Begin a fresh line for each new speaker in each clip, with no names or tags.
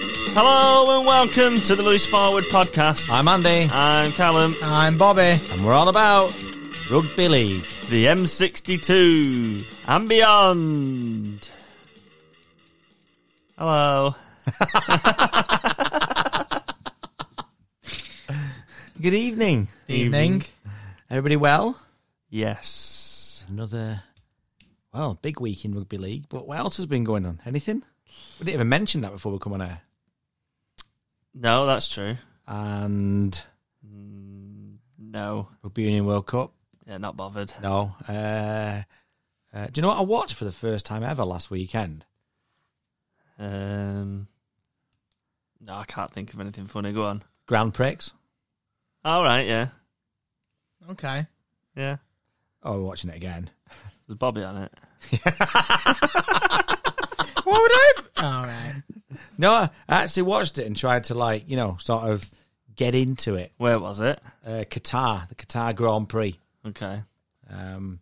Hello and welcome to the Loose Forward podcast.
I'm Andy,
I'm Callum,
I'm Bobby.
and we're all about rugby league.
the M62 and beyond. Hello.
Good evening,
Evening.
everybody. Well,
Yes.
another well big week in rugby league. But what else has been going on? Anything? We didn't even mention that before we come on air.
No, that's true.
And
Mm, No.
rugby union World Cup.
Yeah, not bothered.
No. Uh, uh, do you know what I watched for the first time ever last weekend?
Um, no, I can't think of anything funny. Go on.
Grand Prix.
All right, yeah.
Okay.
Yeah.
Oh, we're watching it again.
There's Bobby on it.
What would I? All right.
No, I actually watched it and tried to like you know sort of get into it.
Where was it?
Uh, Qatar, the Qatar Grand Prix.
Okay.
Um,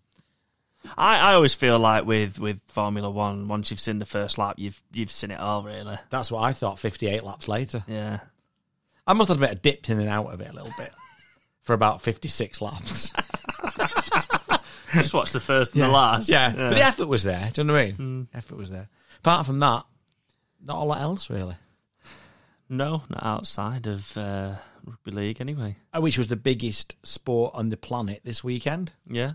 I, I always feel like with, with Formula One, once you've seen the first lap, you've you've seen it all, really.
That's what I thought 58 laps later.
Yeah.
I must have had a bit of dipped in and out of it a little bit for about 56 laps.
Just watch the first and the last.
Yeah. Hmm. But the effort was there. Do you know what I mean? Effort was there. Apart from that, not a lot else really.
No, not outside of uh, rugby league, anyway.
Uh, Which was the biggest sport on the planet this weekend.
Yeah.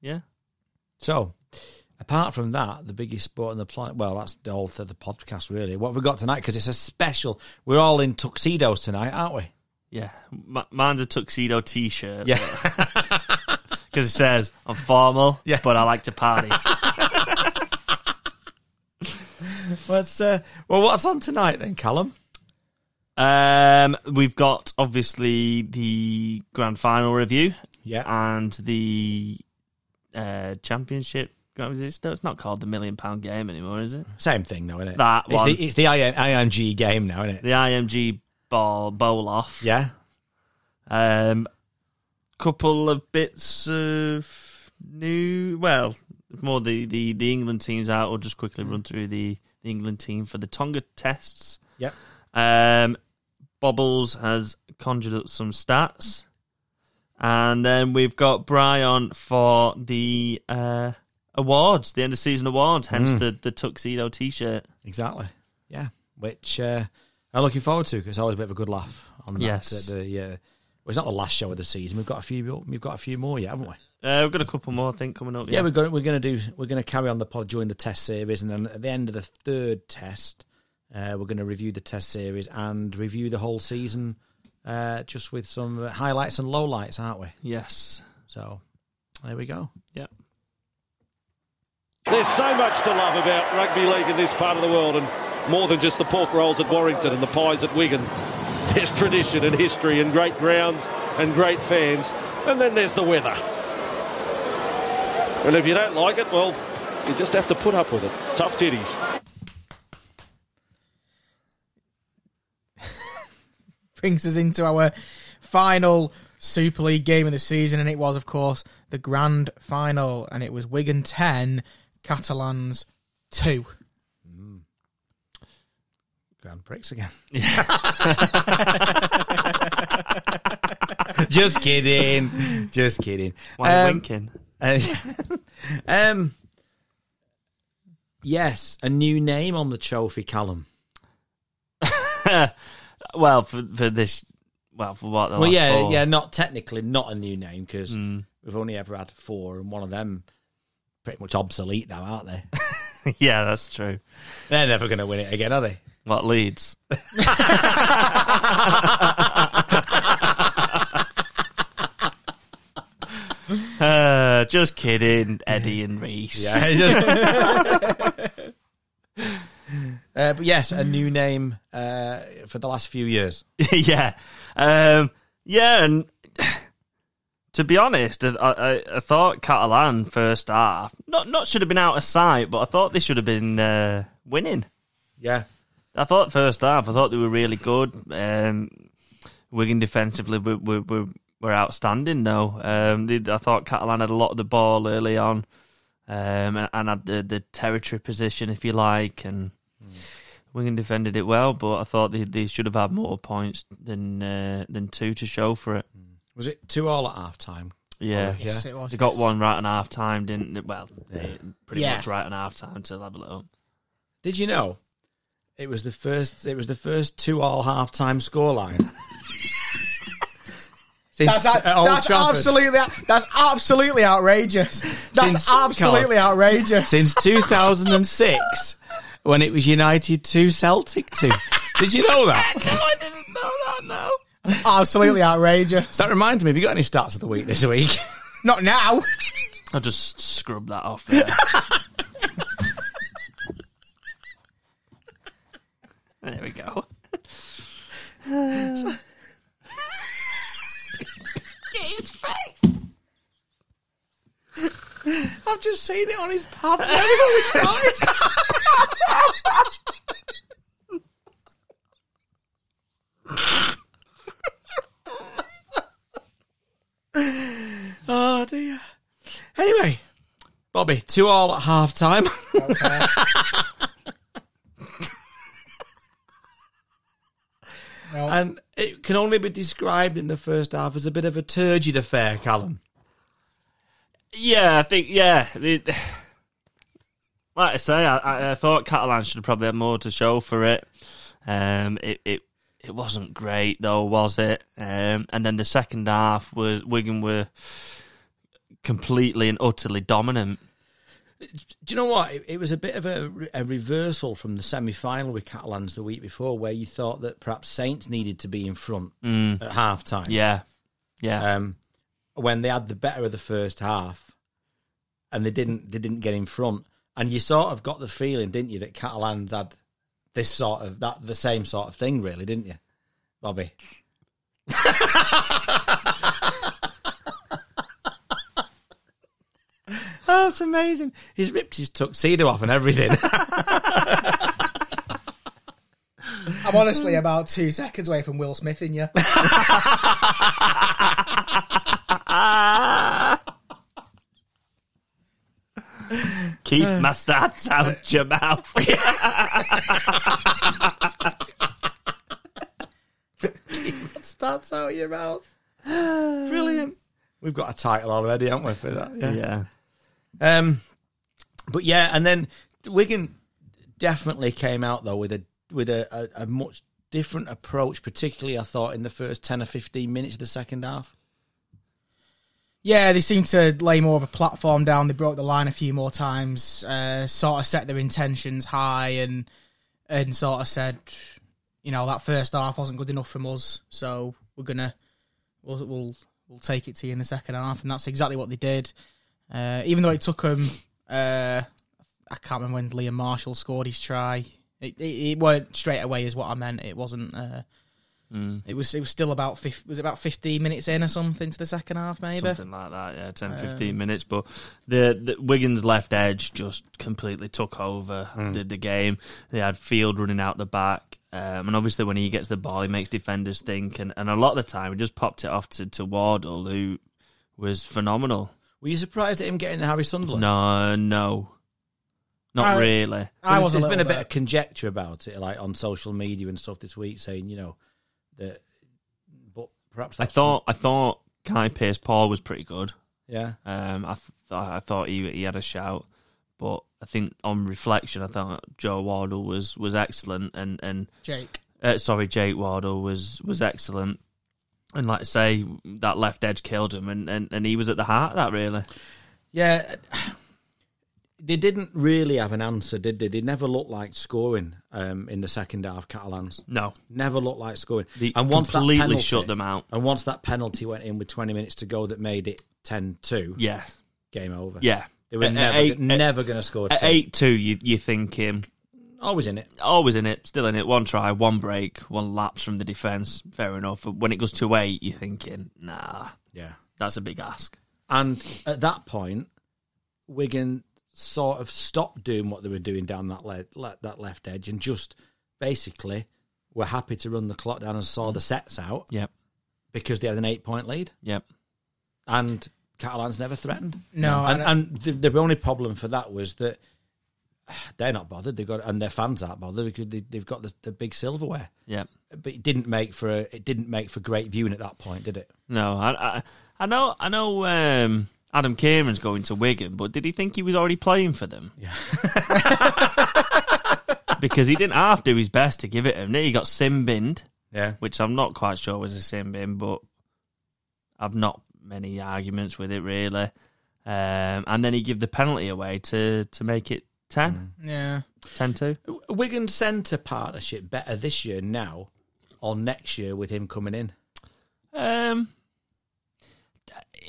Yeah.
So, apart from that, the biggest sport on the planet, well, that's the whole of the podcast really. What have we got tonight? Because it's a special. We're all in tuxedos tonight, aren't we?
Yeah. M- mine's a tuxedo t shirt.
Yeah.
Because it says, I'm formal,
Yeah.
but I like to party.
What's, uh, well, what's on tonight then, Callum?
um, we've got, obviously, the grand final review.
Yeah.
and the uh, championship. what is it? No, it's not called the million pound game anymore, is it?
Same thing, though, isn't it?
That
it's
one.
The, it's the IM, IMG game now, isn't it?
The IMG ball bowl off.
Yeah.
Um, couple of bits of new. Well, more the the the England teams out. I'll just quickly run through the the England team for the Tonga tests.
Yep.
Um, Bobbles has conjured up some stats. And then we've got Brian for the uh, awards, the end of season awards,
Mm.
hence the, the tuxedo t shirt.
Exactly. Yeah. Which uh, I'm looking forward to because it's always a bit of a good laugh on that.
Yes.
The, the, uh, well, it's not the last show of the season. We've got a few. We've got a few more yet, haven't we?
Uh, we've got a couple more, I think, coming up.
Yeah, we're going. We're going to do. We're going to carry on the pod during the test series, and then at the end of the third test, uh, we're going to review the test series and review the whole season, uh, just with some highlights and lowlights, aren't we?
Yes.
Um, So there we go.
Yeah.
There's so much to love about rugby league in this part of the world, and more than just the pork rolls at Warrington and the pies at Wigan. There's tradition and history and great grounds and great fans, and then there's the weather. And if you don't like it, well, you just have to put up with it. Tough titties.
Brings us into our final Super League game of the season, and it was, of course, the grand final, and it was Wigan ten, Catalans two.
Grand Prix again. just kidding. Just kidding.
Why are you
Um,
winking?
uh, um, yes, a new name on the trophy, Callum.
Well, for, for this, well, for what? The
Well,
last
yeah,
four. Mm.
yeah, not technically not a new name because we've only ever had four, and one of them pretty much obsolete now, aren't they?
yeah, that's true.
They're never going to win it again, are they?
What leads? uh, just kidding, Eddie and Reese.
Yeah. it's just- Uh, but yes, a new name uh, for the last few years.
yeah, um, yeah, and to be honest, I, I, I thought Catalan first half not not should have been out of sight, but I thought they should have been uh, winning.
Yeah,
I thought first half, I thought they were really good. Um, Wigan defensively were, were, were, were outstanding, though. Um, they, I thought Catalan had a lot of the ball early on um, and, and had the, the territory position, if you like, and Wigan defended it well, but I thought they, they should have had more points than uh, than two to show for it.
Was it two all at half time?
Yeah,
Yeah.
Yes, it was.
they got
yes.
one right on half time, didn't they? Well,
Yeah.
pretty
Yeah.
much right on half time to level it up.
Did you know? It was the first. It was the first two all half time scoreline. Since-
That's, a-
at Old
that's
Trafford.
absolutely that's absolutely outrageous. That's
Since-
absolutely outrageous.
since 2006 when it was United 2 Celtic 2. Did you know that? no, I didn't know that, no.
absolutely outrageous.
That reminds me, have you got any starts of the week this week?
Not now.
I'll just scrub that off there. there we go.
I've just seen it on his pad. oh, dear. Anyway, Bobby, two all at half time.
No.
And it can only be described in the first half as a bit of a turgid affair, Callum.
Yeah, I think yeah. they- like I say, I, I, I thought Catalan should have probably had more to show for it. Um, it it it wasn't great though, was it? Um, and then the second half was Wigan were completely and utterly dominant.
Do you know what? It, it was a bit of a, re- a reversal from the semi final with Catalans the week before, where you thought that perhaps Saints needed to be in front at half time.
Yeah, yeah.
Um, when they had the better of the first half, and they didn't, they didn't get in front, and you sort of got the feeling, didn't you, that Catalans had this sort of that the same sort of thing, really, didn't you, Bobby? oh, it's amazing! He's ripped his tuxedo off and everything.
I'm honestly about two seconds away from Will Smith in you.
Keep my stats out your mouth.
Starts out your mouth. Brilliant. We've got a title already, haven't we, for that? Yeah.
yeah.
Um, but yeah, and then Wigan definitely came out though with a with a, a, a much different approach, particularly I thought in the first ten or fifteen minutes of the second half.
Yeah, they seemed to lay more of a platform down. They broke the line a few more times, uh, sort of set their intentions high, and and sort of said, you know, that first half wasn't good enough from us, so we're gonna we'll we'll, we'll take it to you in the second half, and that's exactly what they did. Uh, even though it took them, uh, I can't remember when Liam Marshall scored his try. It, it, it weren't straight away, is what I meant. It wasn't. Uh, It was. It was still about. 50, was it about fifteen minutes in or something to the second half, maybe.
Something like that, yeah, 10, 15 minutes. But the, the Wigan's left edge just completely took over the, the game. They had Field running out the back. Um, and obviously, when he gets the ball, he makes defenders think. And, and a lot of the time, he just popped it off to, to Wardle, who was phenomenal.
Were you surprised at him getting the Harry Sunderland?
No, no. Not
I-
really.
I
There's-
was.
there's
a
been a
little
bit of conjecture about it, like on social media and stuff this week, saying you know that, but perhaps
I
that's
thought I thought Kai Pierce Paul was pretty good.
yeah.
Um, I, th- I thought he he had a shout, but I think on reflection, I thought Joe Wardle was, was excellent, and and
Jake.
uh, sorry, Jake Wardle was was excellent. And like I say, that left edge killed him, and, and, and he was at the heart of that really.
Yeah, they didn't really have an answer, did they? They never looked like scoring um, in the second half. Catalans
No,
never looked like scoring,
they
that
completely
penalty-
shut them out.
And once that penalty went in with 20 minutes to go, that made it 10-2.
Yeah,
Game over.
yeah.
they were
At- at
never
eight-
never going to score.
At
two.
eight two, you you thinking
always in it.
always in it, still in it. One try, one break, one lapse from the defense. Fair enough. But when it goes to eight, you're thinking, nah,
Yeah,
that's a big ask.
and at that point, Wigan sort of stopped doing what they were doing down that le- le- that left edge and just basically were happy to run the clock down and saw the sets out
Yep,
because they had an eight point lead
yep.
and Catalans never threatened.
No,
and,
and,
and the, the only problem for that was that they're not bothered. They've got and their fans aren't bothered because they, they've got the, the big silverware.
Yeah.
But it didn't make for a, it didn't make for great viewing at that point, did it?
No, I, I, I know, I know. Um, Adam Cameron's going to Wigan, but did he think he was already playing for them? Yeah. because he didn't half do his best to give it him. He got simbined,
Yeah.
which I'm not quite sure was a simbin, but I've not many arguments with it really. Um, and then he give the penalty away to to make it 10,
Yeah.
10-2.
Wigan centre partnership better this year now or next year with him coming in?
Um,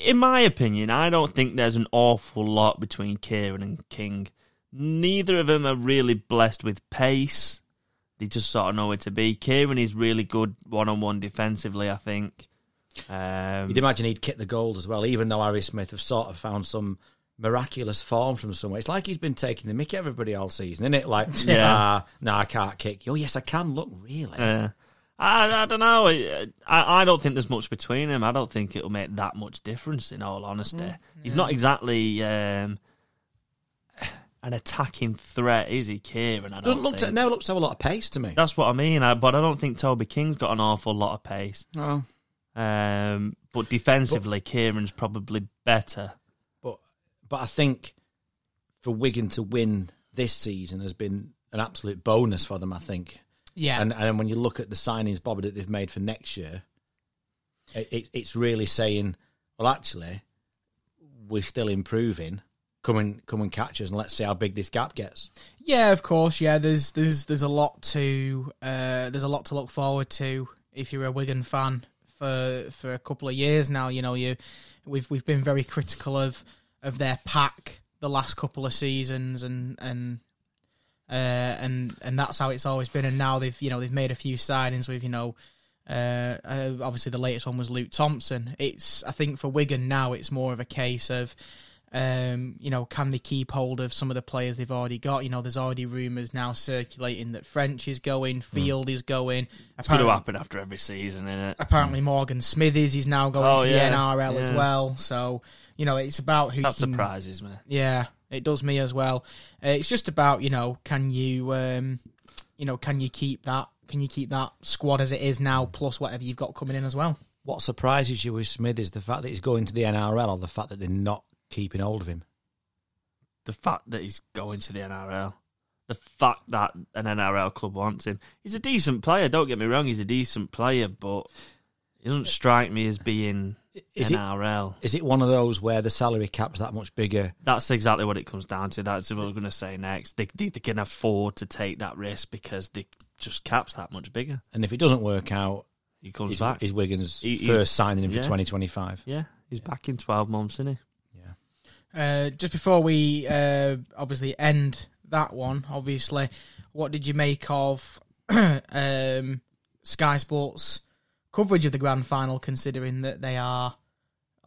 in my opinion, I don't think there's an awful lot between Kieran and King. Neither of them are really blessed with pace. They just sort of know where to be. Kieran is really good one on one defensively, I think. Um,
You'd imagine he'd kick the goals as well, even though Harry Smith have sort of found some miraculous form from somewhere. It's like he's been taking the mick at everybody all season, isn't it? Like,
Yeah.
nah, nah, I can't kick. Oh, yes, I can. Look, really?
uh, I, I don't know. I, I don't think there's much between them. I don't think it'll make that much difference, in all honesty. He's not exactly um, an attacking threat, is he, Kieran? I don't
Doesn't look
think.
to, never looks to have a lot of pace to me.
That's what I mean. I, but I don't think Toby King's got an awful lot of pace.
No.
Um, but defensively, Kieran's probably better.
But, but I think for Wigan to win this season has been an absolute bonus for them, I think.
Yeah.
And and when you look at the signings, Bobby, that they've made for next year, it, it, it's really saying, well, actually, we're still improving. Come and come and catch us, and let's see how big this gap gets.
yeah, of course. Yeah, there's there's there's a lot to uh, there's a lot to look forward to if you're a Wigan fan for for a couple of years now. You know, you we've we've been very critical of of their pack the last couple of seasons and and uh, and and that's how it's always been. And now they've you know they've made a few signings with you know. Uh, uh, obviously, the latest one was Luke Thompson. It's I think for Wigan now, it's more of a case of, um, you know, can they keep hold of some of the players they've already got? You know, there's already rumours now circulating that French is going, Field is going.
Hmm. It's going to happen after every season, isn't it?
Apparently, Morgan Smithies is now going
Oh,
to
yeah,
the NRL as
yeah.
well. So you know, it's about who
That
can-
surprises me.
yeah, it does me as well. Uh, it's just about you know, can you, um, you know, can you keep that? Can you keep that squad as it is now, plus whatever you've got coming in as well?
What surprises you with Smith is the fact that he's going to the NRL, or the fact that they're not keeping hold of him.
The fact that he's going to the NRL, the fact that an NRL club wants him. He's a decent player. Don't get me wrong. He's a decent player, but he doesn't strike me as being
Is it-
NRL.
Is it one of those where the salary cap's that much bigger?
That's exactly what it comes down to. That's what I'm going to say next. They, they, they can afford to take that risk because they just caps that much bigger.
And if it doesn't work out,
He comes
is,
back.
is Wigan's
He- he-
first signing him
yeah.
for twenty twenty five?
Yeah, he's back in 12 months, isn't he?
Uh, just before we uh, obviously end that one, obviously, what did you make of um, Sky Sports coverage of the grand final? Considering that they are,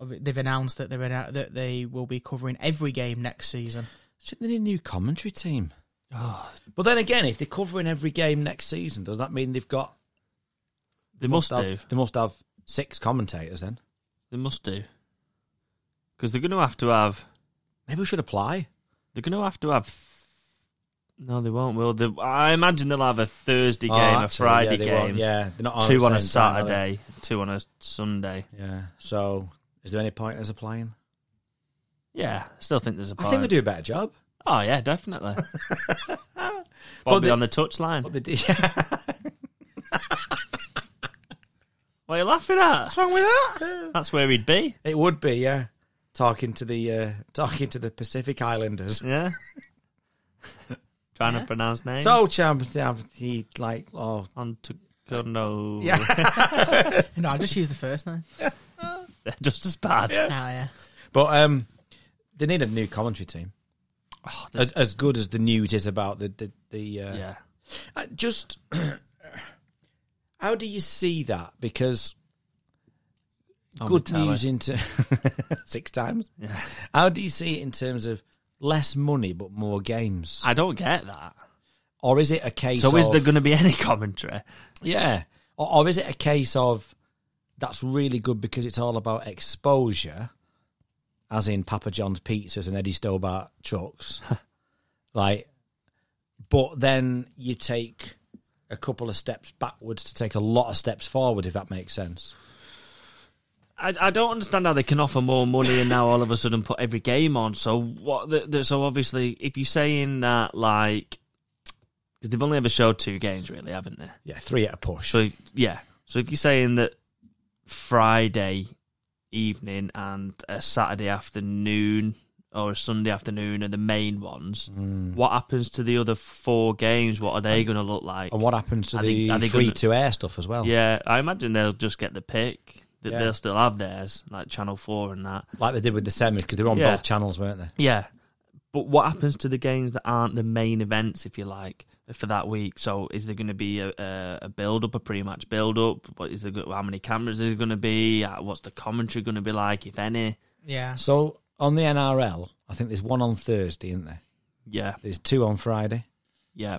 they've announced that they're in, that they will be covering every game next season.
So they need a new commentary team. But then again, if they're covering every game next season, does that mean they've got
They must,
have,
do.
They must have six commentators then.
They must do. Because they're going to have to have.
Maybe we should apply.
They're going to have to have. No, they won't. Will they? I imagine they'll have a Thursday game,
Oh,
a
actually,
Friday
yeah, they won't.
game,
Yeah, they're not on
two
at
on
the
a
same time, are they?
Saturday, two on a Sunday.
yeah. So, is there any point in us applying?
Yeah, I still think there's a
I
point.
think we do a better job.
Oh yeah, definitely.
But
Bobby
the-
on the touchline.
But they do-
What are you laughing at?
What's wrong with that?
That's where he'd be.
it would be yeah. Talking to the uh, talking to the Pacific Islanders.
Yeah. Trying to pronounce names.
So champion, he like oh
on to no.
yeah.
No, I just used the first name.
They're just as bad.
Ah, yeah.
But um, they need a new commentary team. as, as good as the news is about the the, the uh,
Oh, yeah.
I just how do you see that? Because
On
good
the telly.
news into six times. How do you see it in terms of less money but more games,
I don't get that.
or is it a case?
So is
of-
there going to be any commentary?
yeah, or, or is it a case of that's really good because it's all about exposure, as in Papa John's pizzas and Eddie Stobart trucks, like. but then you take a couple of steps backwards to take a lot of steps forward, if that makes sense.
I, I don't understand how they can offer more money and now all of a sudden put every game on. So what? The, the, so obviously, if you're saying that, like, because they've only ever showed two games, really, haven't they?
Yeah, three at a push.
So yeah. So if you're saying that Friday evening and a Saturday afternoon or a Sunday afternoon are the main ones, what happens to the other four games? What are they going to look like?
and what happens to
Are they-
the
are they
free
gonna-
to air stuff as well?
Yeah, I imagine they'll just get the pick. That
Oh. Yeah.
they'll still have theirs, like Channel Four and that.
Like they did with the semis, because they were on
Yeah.
both channels, weren't they?
Yeah. But what happens to the games that aren't the main events, if you like, for that week? So is there going to be a, a, a build up, a pre match build up? What is there? go- How many cameras is going to be? Uh, What's the commentary going to be like, if any?
Yeah.
So on the NRL, I think there's one on Thursday, isn't there?
Yeah,
There's two on Friday,
yeah,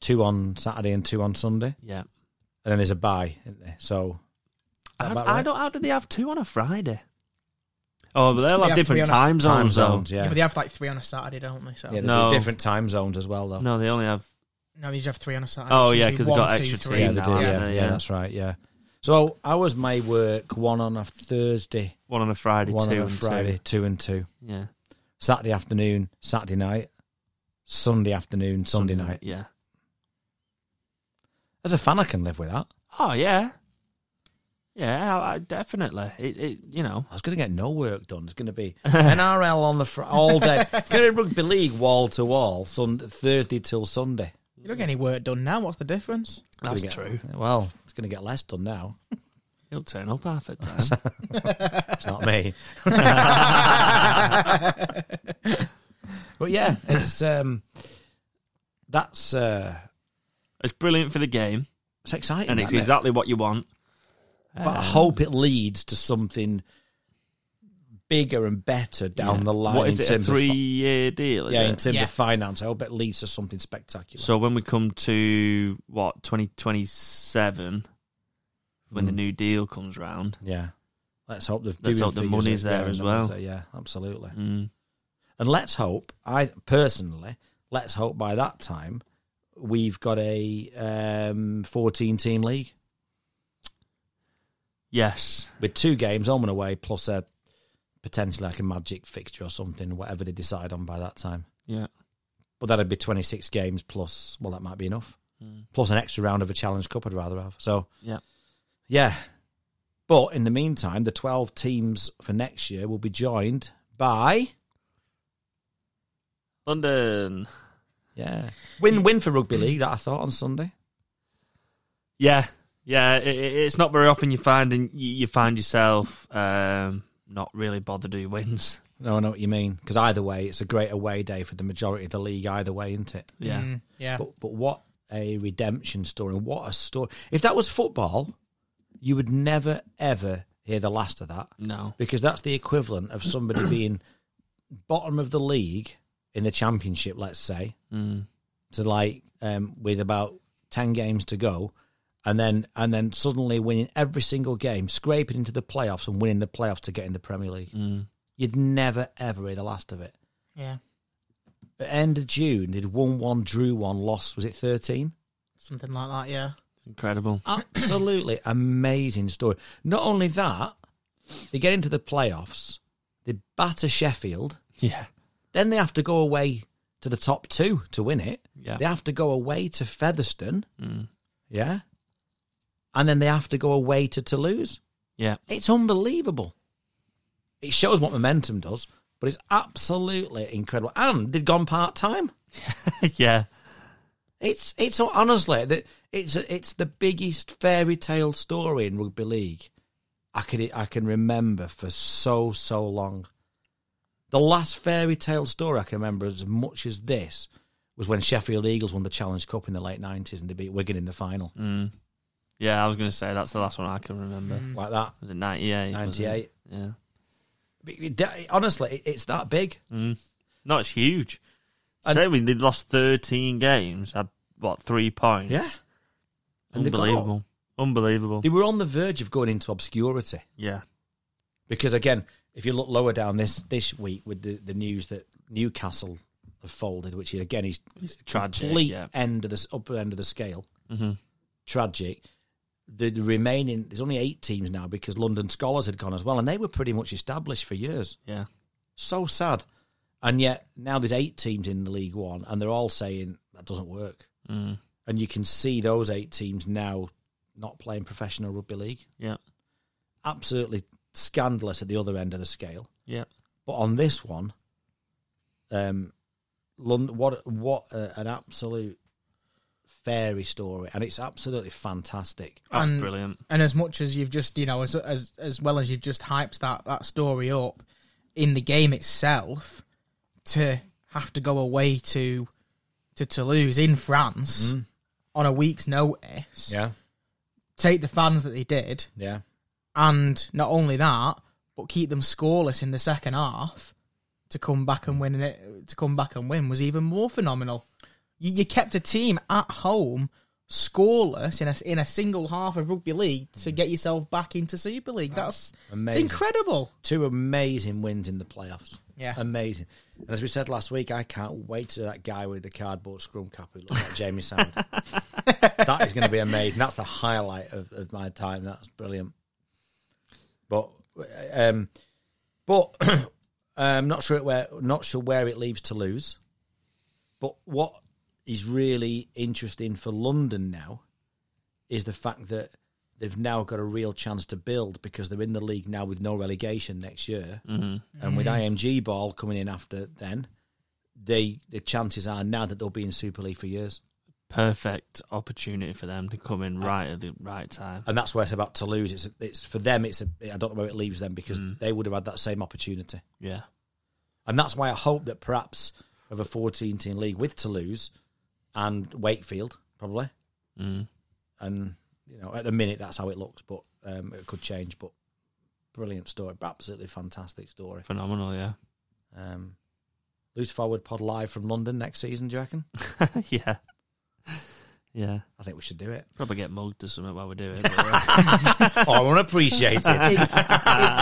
two on Saturday, and two on Sunday,
yeah.
and then there's a bye, isn't there? So
I,
about
I
right?
don't. How do they have two on a Friday? Oh, but they'll
They
have
have
different
three on a s-
time zones.
time
though.
zones,
Yeah.
yeah,
but they have like three on a Saturday, don't they? So
yeah, they
No.
do different time zones as well, though.
No, they only have.
no, they just have three on a Saturday.
Oh,
So
yeah,
it'd be
'cause they've
one,
got
two,
extra
three.
team
Yeah, they do.
now,
Yeah,
haven't
yeah,
they? Yeah.
that's right. Yeah. So I was my work one on a Thursday,
One on a Friday,
one
two
on a
and
Friday, two and two.
Two. Yeah,
Saturday afternoon, Saturday night, Sunday afternoon, Sunday night.
Yeah.
As a fan, I can live with that.
Oh yeah, yeah. I, I definitely. It, it. You know.
I was going to get no work done. It's going to be NRL on the fr- all day. It's going to be rugby league wall to wall, Sun Thursday till Sunday.
You don't get any work done now. What's the difference?
That's
Gonna
true.
get- Well, it's going to get less done now.
He'll turn up half the time.
It's not me. but yeah, it's um, that's uh,
it's brilliant for the game,
it's exciting,
and it's
isn't it?
exactly what you want.
But I hope it leads to something bigger and better down
Yeah.
the line.
Um, What is
in
it? A
terms Of,
three-year deal?
fi-
Is
yeah, in
it?
terms
Yeah.
of finance, I hope it leads to something spectacular.
So when we come to what twenty twenty-seven, when the
Mm.
new deal comes round,
yeah, let's hope the
Let's
viewing
hope the
figures
money's
are-
there
yeah,
as
the money's
well.
there, yeah, absolutely.
mm,
And let's hope. I personally, let's hope by that time we've got a um, fourteen-team league.
yes,
with two games home and away, plus a potentially like a magic fixture or something, whatever they decide on by that time.
yeah,
But that'd be 26 games plus, well, that might be enough.
Mm.
Plus an extra round of a Challenge Cup, I'd rather have. So,
Yeah.
Yeah. But in the meantime, the 12 teams for next year will be joined by,
London,
yeah, Mm. win win for Rugby League, that I thought on Sunday.
yeah, yeah. It, it- it's not very often you find and you, you find yourself um, not really bothered who wins.
No, I know what you mean. Because either way, it's a great away day for the majority of the league, either way, isn't it?
Yeah,
Mm, yeah.
But but what a redemption story! and What a story! If that was football, you would never ever hear the last of that
no,
because that's the equivalent of somebody being bottom of the league in the championship, let's say,
mm,
to like um, with about ten games to go. And then, and then suddenly winning every single game, scraping into the playoffs, and winning the playoffs to get in the Premier League.
mm.
You'd never ever hear the last of it.
Yeah.
At end of June, they'd won one, drew one, lost. Was it thirteen?
Something like that, yeah.
incredible.
absolutely amazing story. Not only that, they get into the playoffs, they batter Sheffield,
Yeah,
then they have to go away to the top two to win it.
Yeah.
They have to go away to Featherstone,
mm,
yeah, and then they have to go away to Toulouse.
yeah.
It's unbelievable. It shows what momentum does, but it's absolutely incredible. And they've gone part time.
yeah.
It's it's honestly that it's it's the biggest fairy tale story in rugby league. I can I can remember for so so long. The last fairy tale story I can remember as much as this was when Sheffield Eagles won the Challenge Cup in the late nineties and they beat Wigan in the final
Mm. Yeah, I was going to say that's the last one I can remember.
like that.
Was it 98? wasn't Mm. it?
98.
Yeah.
But it- it- honestly, it- it's that big.
Mm. No, it's huge.
And-
Say we they lost 13 games, had, what, three points?
Yeah, and they've got-
Unbelievable. Unbelievable.
They were on the verge of going into obscurity.
Yeah.
because again, if you look lower down this this week with the, the news that Newcastle have folded, which again is
tragic,
complete
yeah. Mm-hmm.
end of the s- upper end of the scale. Tragic. The remaining there's only eight teams now because London Scholars had gone as well, and they were pretty much established for years.
Yeah.
So sad. And yet now there's eight teams in the League One, and they're all saying that doesn't work.
Mm.
And you can see those eight teams now not playing professional rugby league.
Yeah.
Absolutely scandalous at the other end of the scale.
Yeah.
But on this one, um, London, what what uh, an absolute fairy story, and it's absolutely fantastic.
Oh,
And-
brilliant.
And as much as you've just, you know, as as as well as you've just hyped that that story up in the game itself, to have to go away to to Toulouse in France
Mm.
on a week's notice,
Yeah,
take the fans that they did,
yeah,
and not only that, but keep them scoreless in the second half to come back and win it. To come back and win was even more phenomenal. You, you kept a team at home scoreless in a in a single half of rugby league to get yourself back into Super League. That's it's
amazing.
incredible.
Two amazing wins in the playoffs.
Yeah.
amazing. And as we said last week, I can't wait to that guy with the cardboard scrum cap who looks like Jamie Sand. that is going to be amazing. That's the highlight of, of my time. That's brilliant. But um, but I'm not sure where not sure where it leaves Toulouse. But what is really interesting for London now is the fact that they've now got a real chance to build because they're in the league now with no relegation next year,
Mm. Mm-hmm.
and with IMG ball coming in after then, they the chances are now that they'll be in Super League for years.
Perfect opportunity for them to come in right at the right time.
And that's where it's about Toulouse. It's it's for them. It's a, I don't know where it leaves them because they would have had that same opportunity.
Yeah.
And that's why I hope that perhaps of a 14 team league with Toulouse and Wakefield, probably.
Mm.
And, you know, at the minute, that's how it looks, but um, it could change. But brilliant story, absolutely fantastic story.
Phenomenal, yeah.
Um, Loose Forward Pod live from London next season, do you reckon?
yeah. Yeah.
I think we should do it.
Probably get mugged or something while we do it. but, uh,
oh, unappreciated.
It-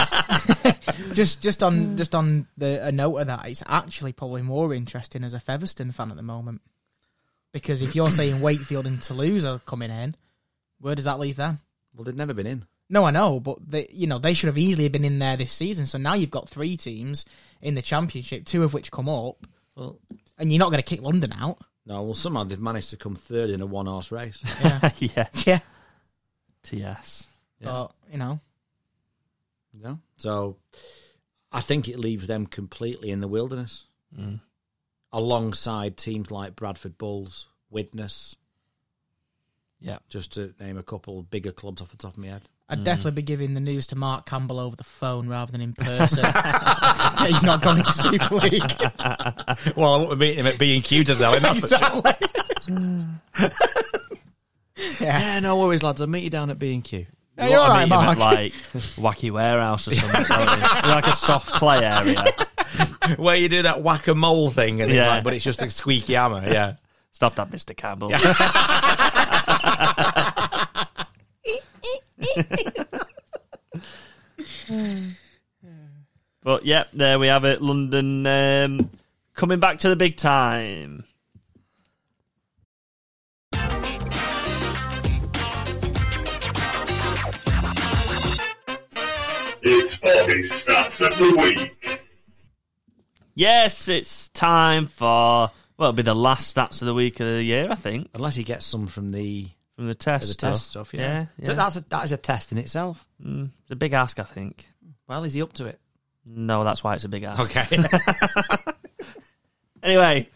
it's- just just on just on the a note of that, it's actually probably more interesting as a Featherstone fan at the moment. Because if you're saying Wakefield and Toulouse are coming in, where does that leave them?
well, they've never been in.
No, I know, but they, you know they should have easily been in there this season. So now you've got three teams in the championship, two of which come up,
Well,
and you're not going to kick London out.
no, well, somehow they've managed to come third in a one horse race.
Yeah,
yeah.
yeah.
TS.
Yeah.
But you know,
You know? So I think it leaves them completely in the wilderness
Mm.
alongside teams like Bradford Bulls, Widnes,
Yeah.
just to name a couple bigger clubs off the top of my head.
I'd definitely be giving the news to Mark Campbell over the phone rather than in person. He's not going to Super League.
well, I won't be meeting him at B&Q to tell him
exactly. yeah.
Yeah, no worries, lads. I'll meet you down at B&Q.
Are you all right,
meet him at
Mark?
like Wacky Warehouse or something. don't you? like a soft play area.
Where you do that whack-a-mole thing, and
Yeah.
it's just a squeaky hammer, yeah.
Stop that, Mr. Campbell. but yep, there we have it. London um, coming back to the big time.
It's Bobby's Stats of the Week.
Yes, it's time for well, it'll be the last stats of the week of the year, I think,
Unless he gets some from the,
from the test.
the
stuff.
test stuff, yeah.
yeah, yeah.
So that's a, that is a test in itself.
Mm, it's a big ask, I think.
Well, is he up to it?
No, that's why it's a big ask.
Okay.
Anyway,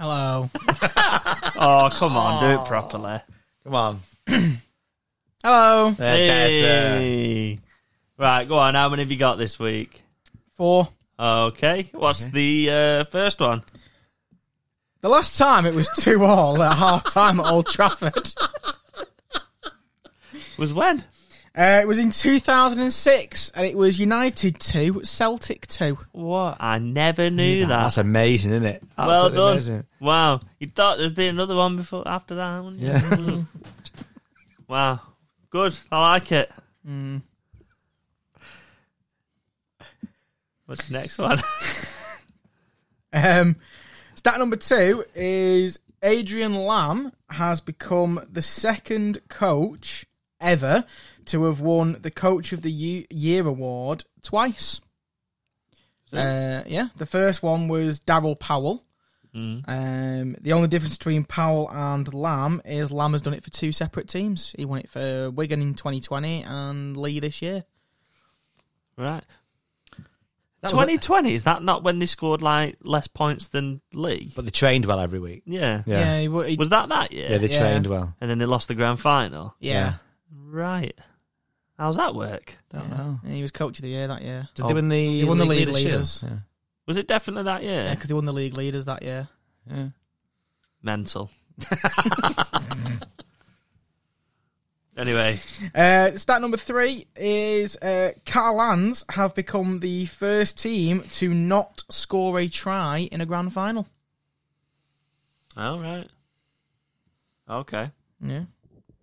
Hello.
oh come on, do it properly.
Come on.
Hello.
They're better.
Hey. Right, go on. How many have you got this week?
Four.
Okay, what's the uh, first one?
The last time it was two all at half time at Old Trafford.
Was when?
Uh, it was in 2006, and it was United 2, Celtic 2.
What? I never knew that.
That's amazing, isn't it?
well
Absolutely
done.
amazing.
Wow, you thought there'd be another one before after that, wouldn't you?
Yeah.
wow, good. I like it.
Mm.
What's the next one?
Um, Stat number two is Adrian Lamb has become the second coach ever to have won the Coach of the Ye- Year award twice. Uh, yeah, the first one was Daryl Powell. Um, the only difference between Powell and Lamb is Lamb has done it for two separate teams. He won it for Wigan in 2020 and Lee this year.
Right.
That was
Twenty
it.
twenty is that not when they scored like less points than Lee?
But they trained well every week.
Yeah.
Yeah.
he, wa- he-
Was that that year?
Yeah, they
Yeah.
trained well.
and then they lost the grand final.
yeah.
Right. How's that work?
Don't know.
And he was coach of the year that year.
Did
Oh.
they win the?
They won the league
leadership?
leaders.
Yeah.
Was it definitely that year?
Yeah, because they won the league leaders that year.
yeah.
Mental. anyway,
Uh, stat number three is uh, Catalans have become the first team to not score a try in a grand final.
all right. Okay.
Yeah.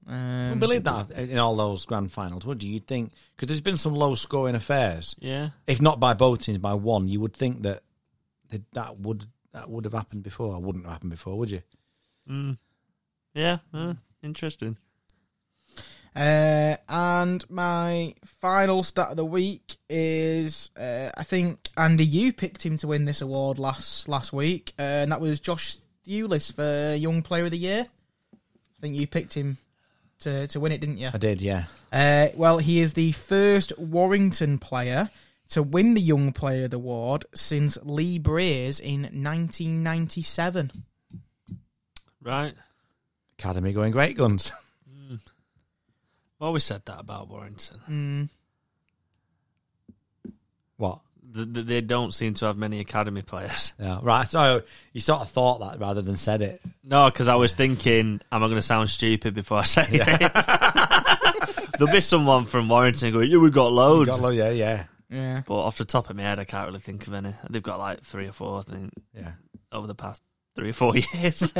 Um,
Couldn't believe that in all those grand finals, would you? You'd think because there's been some low scoring affairs.
Yeah.
If not by both teams, by one, you would think that that, that would that would have happened before. Or wouldn't have happened before, would you?
Yeah. uh, interesting.
Uh, and my final stat of the week is uh, I think Andy, you picked him to win this award last last week, uh, and that was Josh Thewlis for Young Player of the Year. I think you picked him to, to win it, didn't you?
I did, yeah.
Uh, well, he is the first Warrington player to win the Young Player of the Award since Lee Brears in 1997.
Right.
Academy going great guns.
Well, we said that about Warrington.
what?
Th th they don't seem to have many academy players.
Yeah, right. So you sort of thought that rather than said it.
No, because I was thinking, am I going to sound stupid before I say it? There'll be someone from Warrington going, yeah, we've got loads.
Got low, yeah, yeah,
Yeah.
but off the top of my head, I can't really think of any. They've got like three or four, I think,
yeah.
over the past three or four years.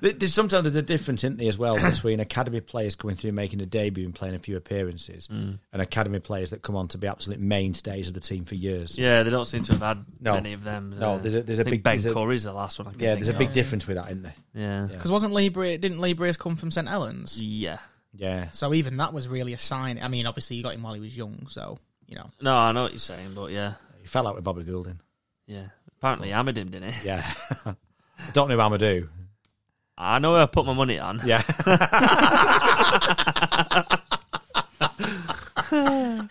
There- There's sometimes there's a difference, isn't there, as well between academy players coming through making a debut and playing a few appearances, and academy players that come on to be absolute mainstays of the team for years.
yeah, they don't seem to have had
No.
many of them. Uh,
No, there's a- there's a
I think
big-
Ben
there's a-
Corey's the last one. I can
Yeah,
think
there's a big
of.
difference with that, isn't there?
Yeah.
Yeah.
Because wasn't Lee Brears, didn't Lee Brears come from St Helens?
yeah.
Yeah,
So even that was really a sign. I mean, obviously you got him while he was young, so you know.
No, I know what you're saying, but yeah,
he fell out with Bobby Goulding.
yeah. Apparently, hammered him, didn't he?
Yeah, don't know Amadou.
I know who I put my money on.
Yeah,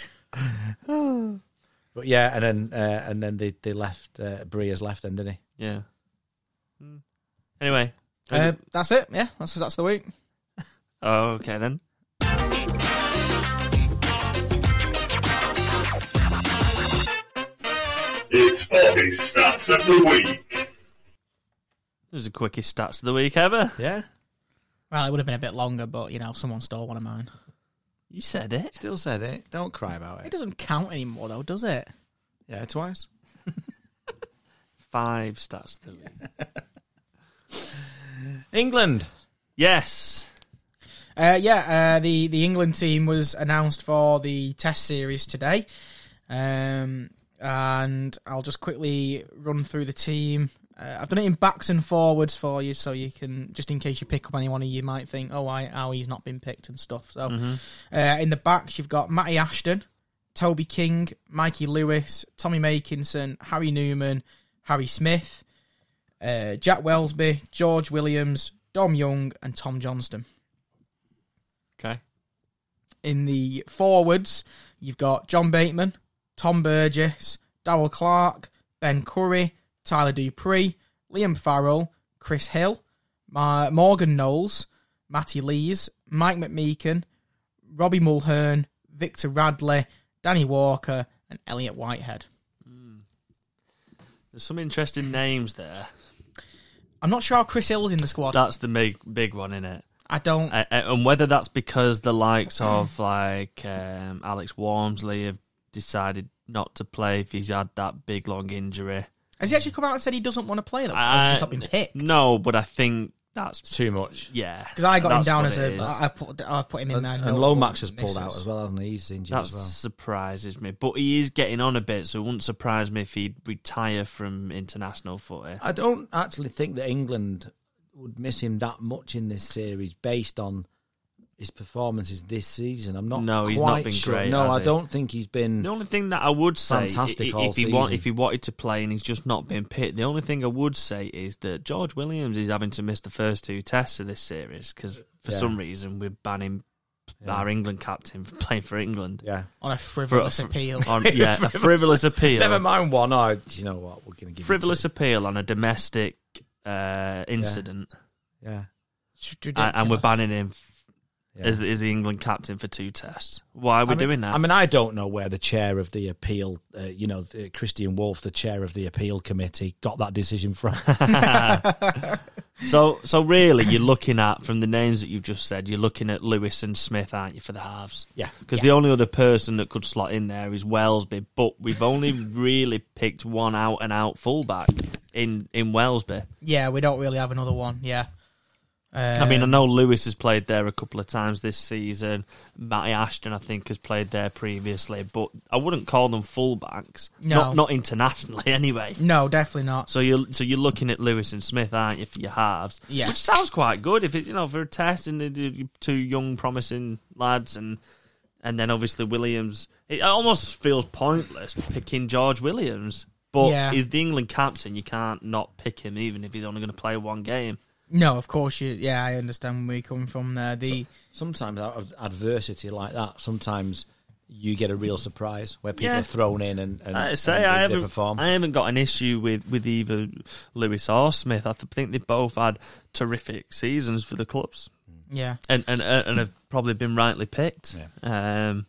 but yeah, and then uh, and then they they left uh, Breas left, then didn't he?
Yeah. Mm. Anyway.
Uh, that's it. Yeah, that's that's the week.
oh, okay then.
It's Bobby's Stats of the Week.
It was the quickest stats of the week ever.
Yeah,
Well, it would have been a bit longer, but you know, someone stole one of mine.
You said it.
still said it. Don't cry about
It
it.
doesn't count anymore, though, does it?
Yeah, twice.
Five stats of the week.
England.
Yes.
Uh, yeah, uh, the the England team was announced for the Test series today, um, and I'll just quickly run through the team. Uh, I've done it in backs and forwards for you, so you can just in case you pick up anyone who you might think, oh, I, how he's not been picked and stuff. So, uh, in the backs you've got Matty Ashton, Toby King, Mikey Lewis, Tommy Makinson, Harry Newman, Harry Smith, uh, Jack Wellsby, George Williams, Dom Young, and Tom Johnston.
Okay.
In the forwards, you've got John Bateman, Tom Burgess, Darrell Clark, Ben Curry, Tyler Dupree, Liam Farrell, Chris Hill, Ma- Morgan Knowles, Matty Lees, Mike McMeekin, Robbie Mulhern, Victor Radley, Danny Walker, and Elliot Whitehead.
There's some interesting names there.
I'm not sure how Chris Hill's in the squad.
That's the big big one in it.
I don't.
Uh, and whether that's because the likes of like um, Alex Wormsley have decided not to play if he's had that big long injury. Uh,
Has he actually come out and said he doesn't want to play? Though? He's
I-
just not been picked.
No, but I think That's
It's too much.
yeah.
Because I got him
that's
down
what
as
it
a. uh,
is.
I I put I put him in
And,
there.
and Lomax has pulled out as well, hasn't he? He's injured
That
as well.
surprises me, but he is getting on a bit, so it wouldn't surprise me if he'd retire from international footy.
I don't actually think that England would miss him that much in this series based on his performances this season. I'm not
No,
quite
he's not been
sure.
great,
No,
has
I
he?
don't think he's been.
The only thing that I would say,
Mm. Fantastic
i- i-
all
if he want,
season.
if he wanted to play and he's just not been picked, the only thing I would say is that George Williams is having to miss the first two tests of this series because for
Yeah.
some reason we're banning our England captain from playing for England.
Yeah.
on a frivolous
For-
appeal.
On, yeah, a frivolous appeal.
Never mind one. Oh, do you know what? We're going to give him
Frivolous
two.
appeal on a domestic uh, incident,
Yeah.
It's
and, and we're
ridiculous.
banning him
yeah.
as, as the England captain for two tests. Why are we
I mean-
doing that?
I mean, I don't know where the chair of the appeal, uh, you know, the, Christian Wolf, the chair of the appeal committee, got that decision from.
so, so really, you're looking at from the names that you've just said, you're looking at Lewis and Smith, aren't you, for the halves?
yeah.
Because the only other person that could slot in there is Wellesby, but we've only really picked one out and out fullback in in Wellesby.
Yeah, we don't really have another one. Yeah. Uh,
I mean, I know Lewis has played there a couple of times this season. Matty Ashton, I think, has played there previously, but I wouldn't call them fullbacks.
No.
Not, not internationally, anyway.
no, definitely not.
So you're so you're looking at Lewis and Smith, aren't you, for your halves?
Yeah.
Which sounds quite good if it's you know for a test and they do two young promising lads and and then obviously Williams. It almost feels pointless picking George Williams, but
Yeah.
he's the England captain. You can't not pick him even if he's only going to play one game.
No, of course you. Yeah, I understand where you're coming from there. The
sometimes out of adversity like that, sometimes you get a real surprise where people
Yeah.
are thrown in and, and,
I say
and they-
I
they
haven't
perform.
I haven't got an issue with with either Lewis or Smith. I th- think they both had terrific seasons for the clubs
yeah,
and and uh, and have probably been rightly picked. Um,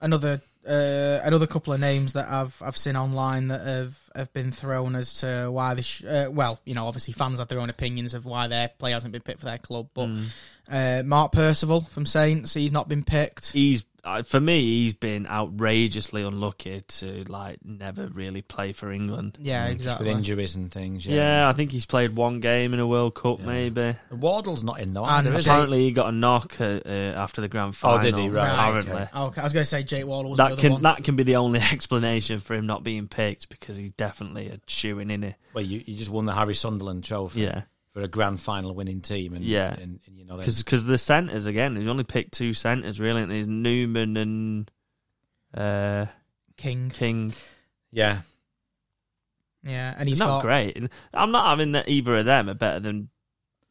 another uh, another couple of names that I've I've seen online that have have been thrown as to why this. Sh- uh, well, you know, obviously fans have their own opinions of why their player hasn't been picked for their club, but
Mm.
uh, Mark Percival from Saints, he's not been picked.
he's uh, for me he's been outrageously unlucky to like never really play for England.
Yeah,
Just with
exactly.
injuries and things. Yeah.
Yeah, I think he's played one game in a World Cup, maybe.
Wardle's not in though.
And
either, is he?
Apparently, he got a knock uh, uh, after the grand final.
Oh, did he? Right,
Apparently,
okay.
Oh, okay, I was going to say Jake Waddle was
that
another
can
one.
that can be the only explanation for him not being picked because he's definitely a shoe in it.
Well, you, you just won the Harry Sunderland trophy
Yeah,
for a grand final winning team, and
Yeah.
and, and you're not in.
because the centres again, he's only picked two centres really. And there's Newman and uh,
King.
King.
yeah,
Yeah, and he's
not
got
great. And I'm not having that either of them are better than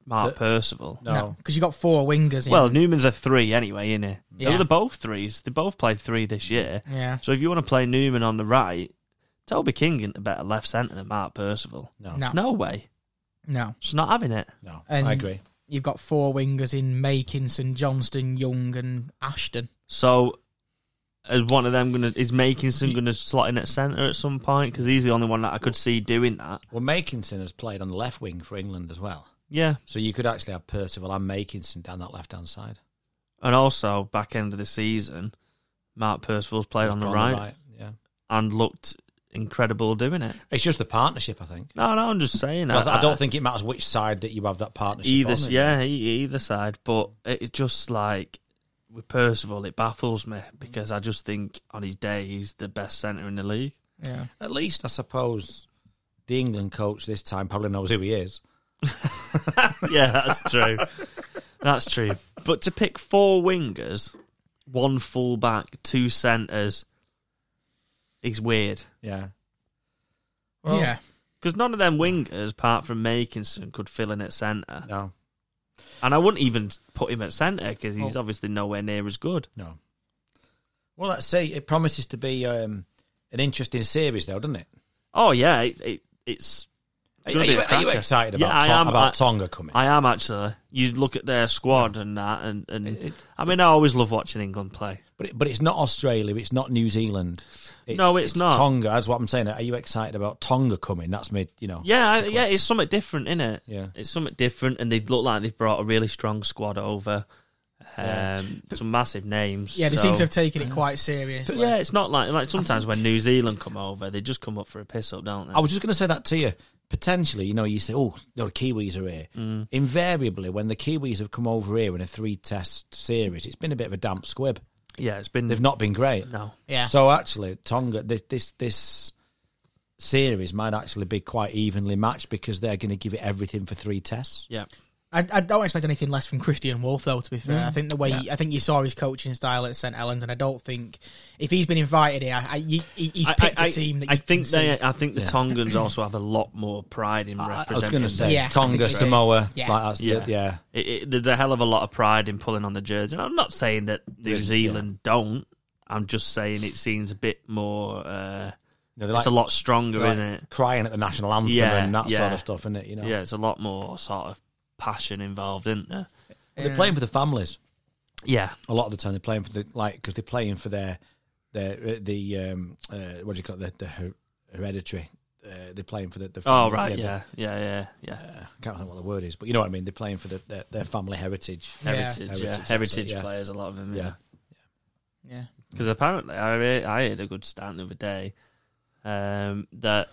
Mark
But-
Percival.
no,
because you got four wingers. In.
Well, Newman's a three anyway, isn't he?
Yeah.
They're both threes. They both played three this year.
yeah,
So if you want to play Newman on the right, Toby King isn't a better left centre than Mark Percival.
no,
no, no,
No way. Just not having it.
no,
And-
I agree.
You've got four wingers in Makinson, Johnston, Young, and Ashton.
So is one of them going to is Makinson going to slot in at centre at some point? Because he's the only one that I could see doing that.
Well, Makinson has played on the left wing for England as well,
Yeah.
so you could actually have Percival and Makinson down that left hand side.
And also back end of the season, Mark Percival's played on the, right,
yeah.
and looked incredible doing it.
It's just the partnership, I think.
No, no, I'm just saying. uh,
I, I don't think it matters which side that you have that partnership.
either,
on,
yeah, e- either side. But it's just like with Percival, it baffles me because I just think on his day he's the best centre in the league.
Yeah,
At least I suppose the England coach this time probably knows who he is.
yeah, that's true. that's true. But to pick four wingers, one full back, two centres, is weird.
Yeah.
yeah.
Because none of them wingers, apart from Makinson, could fill in at centre.
No.
And I wouldn't even put him at centre because he's
Oh.
obviously nowhere near as good.
No. Well, let's see. It promises to be um, an interesting series, though, doesn't it?
Oh, yeah, it, it, it's
Are,
gonna
are
be
you,
a
are you
cracker.
excited
Yeah,
about,
I
Ton-
am.
about
I-
Tonga coming?
I am actually. You look at their squad and that, and, and
It- it-
I mean, I always love watching England play.
but, it, but it's not Australia. It's not New Zealand.
No, it's not.
Tonga. That's what I'm saying. Are you excited about Tonga coming? That's me, you know.
Yeah, I, yeah, it's something different, isn't it?
Yeah.
it's something different, and they look like they've brought a really strong squad over. Um,
Yeah.
some massive names.
Yeah, they
so-
seem to have taken it quite seriously.
Yeah, it's not like like sometimes when New Zealand come over, they just come up for a piss up, don't they?
I was just going to say that to you. potentially, you know, you say, oh, no, the Kiwis are here.
Mm.
Invariably, when the Kiwis have come over here in a three test series, it's been a bit of a damp squib.
Yeah, it's been
They've not been great.
no.
Yeah.
So actually, Tonga, this, this this series might actually be quite evenly matched because they're going to give it everything for three tests.
Yeah,
I, I don't expect anything less from Christian Wolf, though. To be fair, I think the way I think you saw his coaching style at St Helens, and I don't think if he's been invited here, I, I, he, he's picked a
I,
team that
I
you can
think
see.
they. I think the Tongans also have a lot more pride in
I, I was
representing.
going to say
Yeah, I think
Tonga,
so.
Samoa,
Yeah.
like that's
Yeah.
The, yeah.
It, it, there's a hell of a lot of pride in pulling on the jersey. And I'm not saying that New
isn't,
Zealand don't. I'm just saying it seems a bit more. Uh,
You know,
it's
they're like-
a lot stronger,
they're like
isn't it?
Crying at the national anthem
Yeah,
and that sort
yeah.
of stuff, isn't it? You know,
Yeah, it's a lot more sort of passion involved, isn't there?
they're playing for the families
Yeah,
a lot of the time. They're playing for the like because they're playing for their their uh, the um uh, what do you call it? The, the her- hereditary. Uh, they're playing for the. the
Oh
family,
right,
the-
yeah, yeah, yeah, yeah.
I can't think what the word is, but you know what I mean. They're playing for the, their, their family heritage.
Heritage, yeah,
Heritage,
heritage,
that's it, yeah.
players, a lot of them, yeah.
Yeah.
Yeah,
Because apparently, I re- I heard a good stand the other day um, that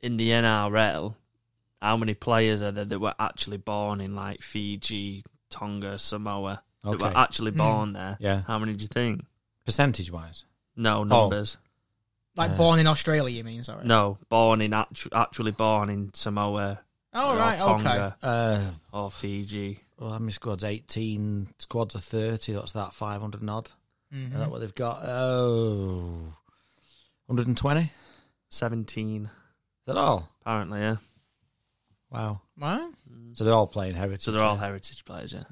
in the NRL, how many players are there that were actually born in like Fiji, Tonga, Samoa that
Okay.
were actually
Mm.
born there?
Yeah.
How many do you think?
Percentage wise. Oh.
No numbers.
like
Uh,
born in Australia, you mean? Sorry.
No, born in actu- actually born in Samoa
Oh
or
right. Okay.
Tonga
Uh,
or Fiji.
well, how many squads? 18 squads of 30. That's that 500 and odd.
Mhm.
Is that what they've got? Oh, 120? Is
Seventeen,
that all?
apparently. Yeah.
Wow.
What?
So they're all playing heritage.
So they're all heritage players. Yeah.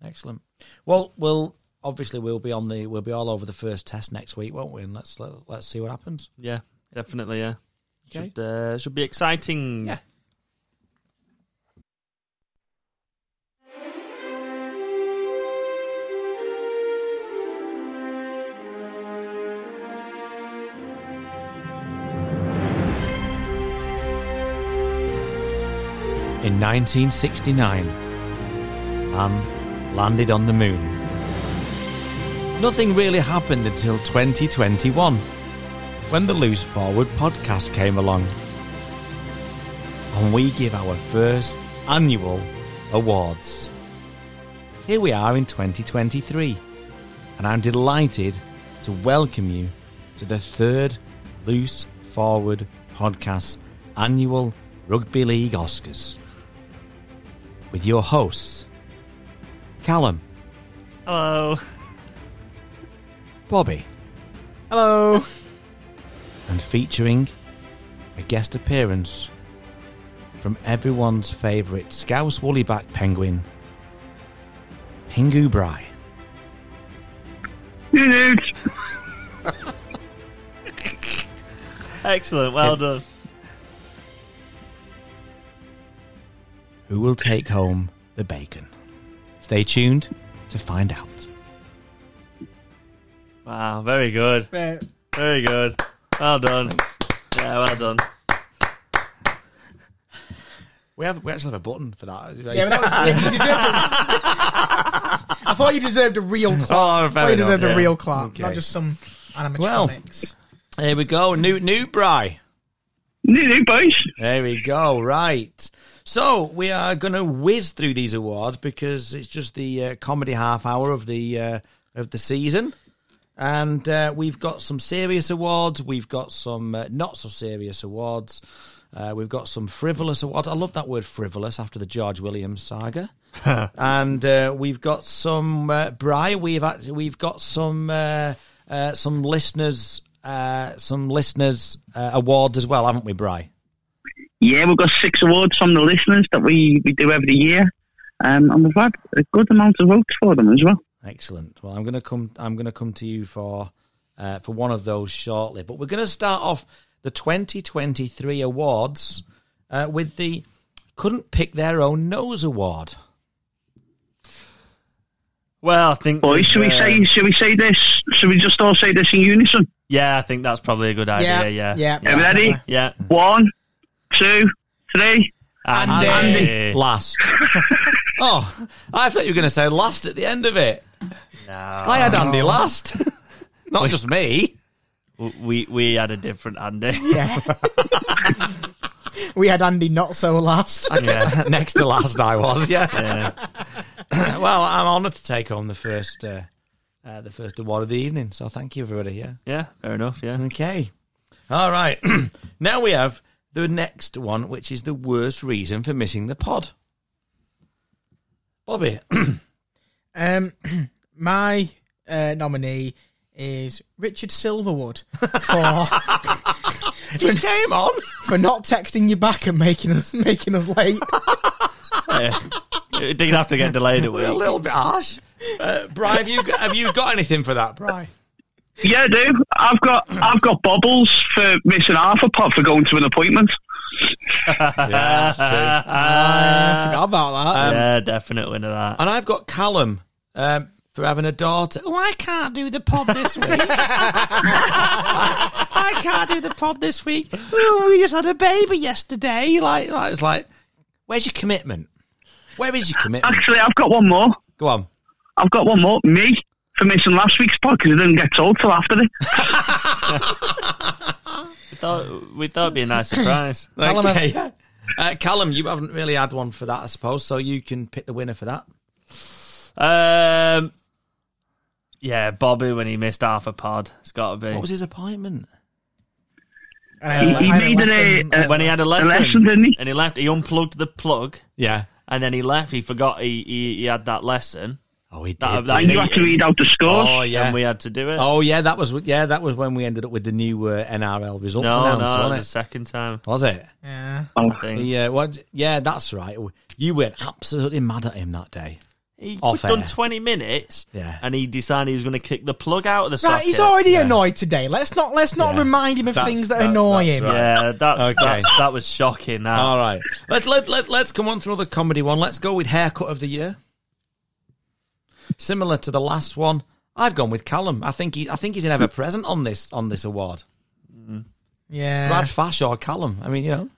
Excellent. Well, we'll obviously we'll be on the we'll be all over the first test next week, won't we? And let's let, let's see what happens.
Yeah, definitely. Yeah,
Okay.
should uh, should be exciting.
Yeah. In 1969, man um, landed on the moon. Nothing really happened until 2021, when the Loose Forward podcast came along. And we give our first annual awards. Here we are in 2023, and I'm delighted to welcome you to the third Loose Forward podcast annual Rugby League Oscars with your hosts, Callum,
Hello.
Bobby,
Hello.
and featuring a guest appearance from everyone's favourite Scouse Woollyback Penguin, Pingu Bry.
Excellent. Well done.
who will take home the bacon. Stay tuned to find out.
Wow. Very good.
But
Very good. Well done. Yeah. Well done.
We have we actually have a button for that.
yeah, but that was, you deserved a, I thought you deserved a real clap.
Oh,
I thought
very
you deserved
good.
a real clap,
Okay.
not just some animatronics.
Well, there we go. New new Bry.
New, new boys.
There we go. Right. So we are going to whiz through these awards because it's just the uh, comedy half hour of the uh, of the season, and uh, we've got some serious awards. We've got some uh, not so serious awards. Uh, we've got some frivolous awards. I love that word frivolous after the George Williams saga. and uh, we've got some uh, Bry. We've act- we've got some uh, uh, some listeners uh, some listeners uh, awards as well, haven't we, Bry?
Yeah, we've got six awards from the listeners that we, we do every year. Um, and we've had a good amount of votes for them as well.
Excellent. Well, I'm going to come. I'm going to come to you for uh, for one of those shortly. But we're going to start off the 2023 awards uh, with the couldn't pick their own nose award.
Well, I think.
Boys, should we
uh,
say should we say this? Should we just all say this in unison?
Yeah, I think that's probably a good
yeah,
idea.
yeah,
Yeah.
yeah.
Are we ready?
Yeah.
One, two, three.
Andy.
Last. oh, I thought you were going to say last at the end of it.
No.
I had Andy last, not just me.
uh, W- we we had a different Andy.
Yeah. we had Andy not so last.
Yeah.
Next to last, I was. Yeah.
yeah.
well, I'm honoured to take home the first, uh, uh, the first award of the evening. So thank you, everybody. Yeah.
Yeah. Fair enough. Yeah.
Okay. All right. now we have the next one, which is the worst reason for missing the pod. Bobby,
Um, my uh, nominee is Richard Silverwood for
you came on.
for not texting you back and making us making us late.
yeah. It did have to get delayed a
A
week.
little bit harsh. Uh, Bri, have you got, have you got anything for that, Bri?
Yeah, I do. I've got I've got bubbles for missing half a pot for going to an appointment.
Yeah, that's true.
I forgot about that.
um,
yeah, definitely to that.
And I've got Callum um, for having a daughter. Oh, I can't do the pod this week. I can't do the pod this week. Oh, we just had a baby yesterday. Like, like it's like, where's your commitment? Where is your commitment?
Actually, I've got one more.
Go on.
I've got one more. Me for missing last week's pod because I didn't get told till after it.
We thought, we thought it'd be a nice surprise.
Callum, yeah. uh, Callum, you haven't really had one for that, I suppose. So you can pick the winner for that.
Um, yeah, Bobby when he missed half a pod. It's got to be.
What was his appointment?
And I had a-
He- he
I had a
needed a-
lesson, uh,
when he had a lesson,
lesson, didn't he?
and he left. He unplugged the plug,
Yeah.
and then he left. He forgot he he, he had that lesson,
Oh, he did.
That-
didn't
that-
he?
You had to read out the scores.
oh, yeah.
and we had to do it.
oh, yeah. That was yeah. That was when we ended up with the new uh, NRL results
no, Mm. no, it
announced,
was the
wasn't
second time.
it? Was it?
yeah.
I think.
Yeah, what? Yeah, that's right. You went absolutely mad at him that day.
He
Off
was done
air.
20 minutes
Yeah.
and he decided he was going to kick the plug out of the
Right,
socket.
he's already annoyed today. Let's not let's not
Yeah.
remind him of
That's-
things that,
that-
annoy
that's
him.
right.
Yeah, that's,
Okay. Oh.
that's that was shocking. That.
All right, let's let, let let's come on to another comedy one. Let's go with haircut of the year. Similar to the last one, I've gone with Callum. I think he I think he's an ever present on this on this award.
Yeah,
Brad Fash or Callum? I mean, you know.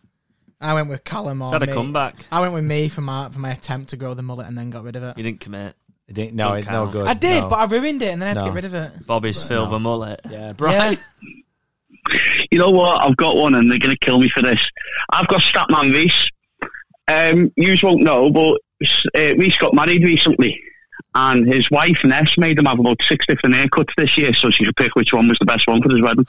I went with Callum
He's
on
had a
me.
comeback.
I went with me for my for my attempt to grow the mullet and then got rid of
He
it.
didn't commit.
It didn't, no,
Don't
it's no
count.
good.
I did,
no.
but I ruined it and then I had to
No.
get rid of it.
Bobby's silver mullet.
yeah, Brian.
You know what? I've got one, and they're going to kill me for this. I've got Statman Reese. Um, you won't know, but uh, Reese got married recently, and his wife Ness made him have about six different haircuts this year, so she could pick which one was the best one for his wedding.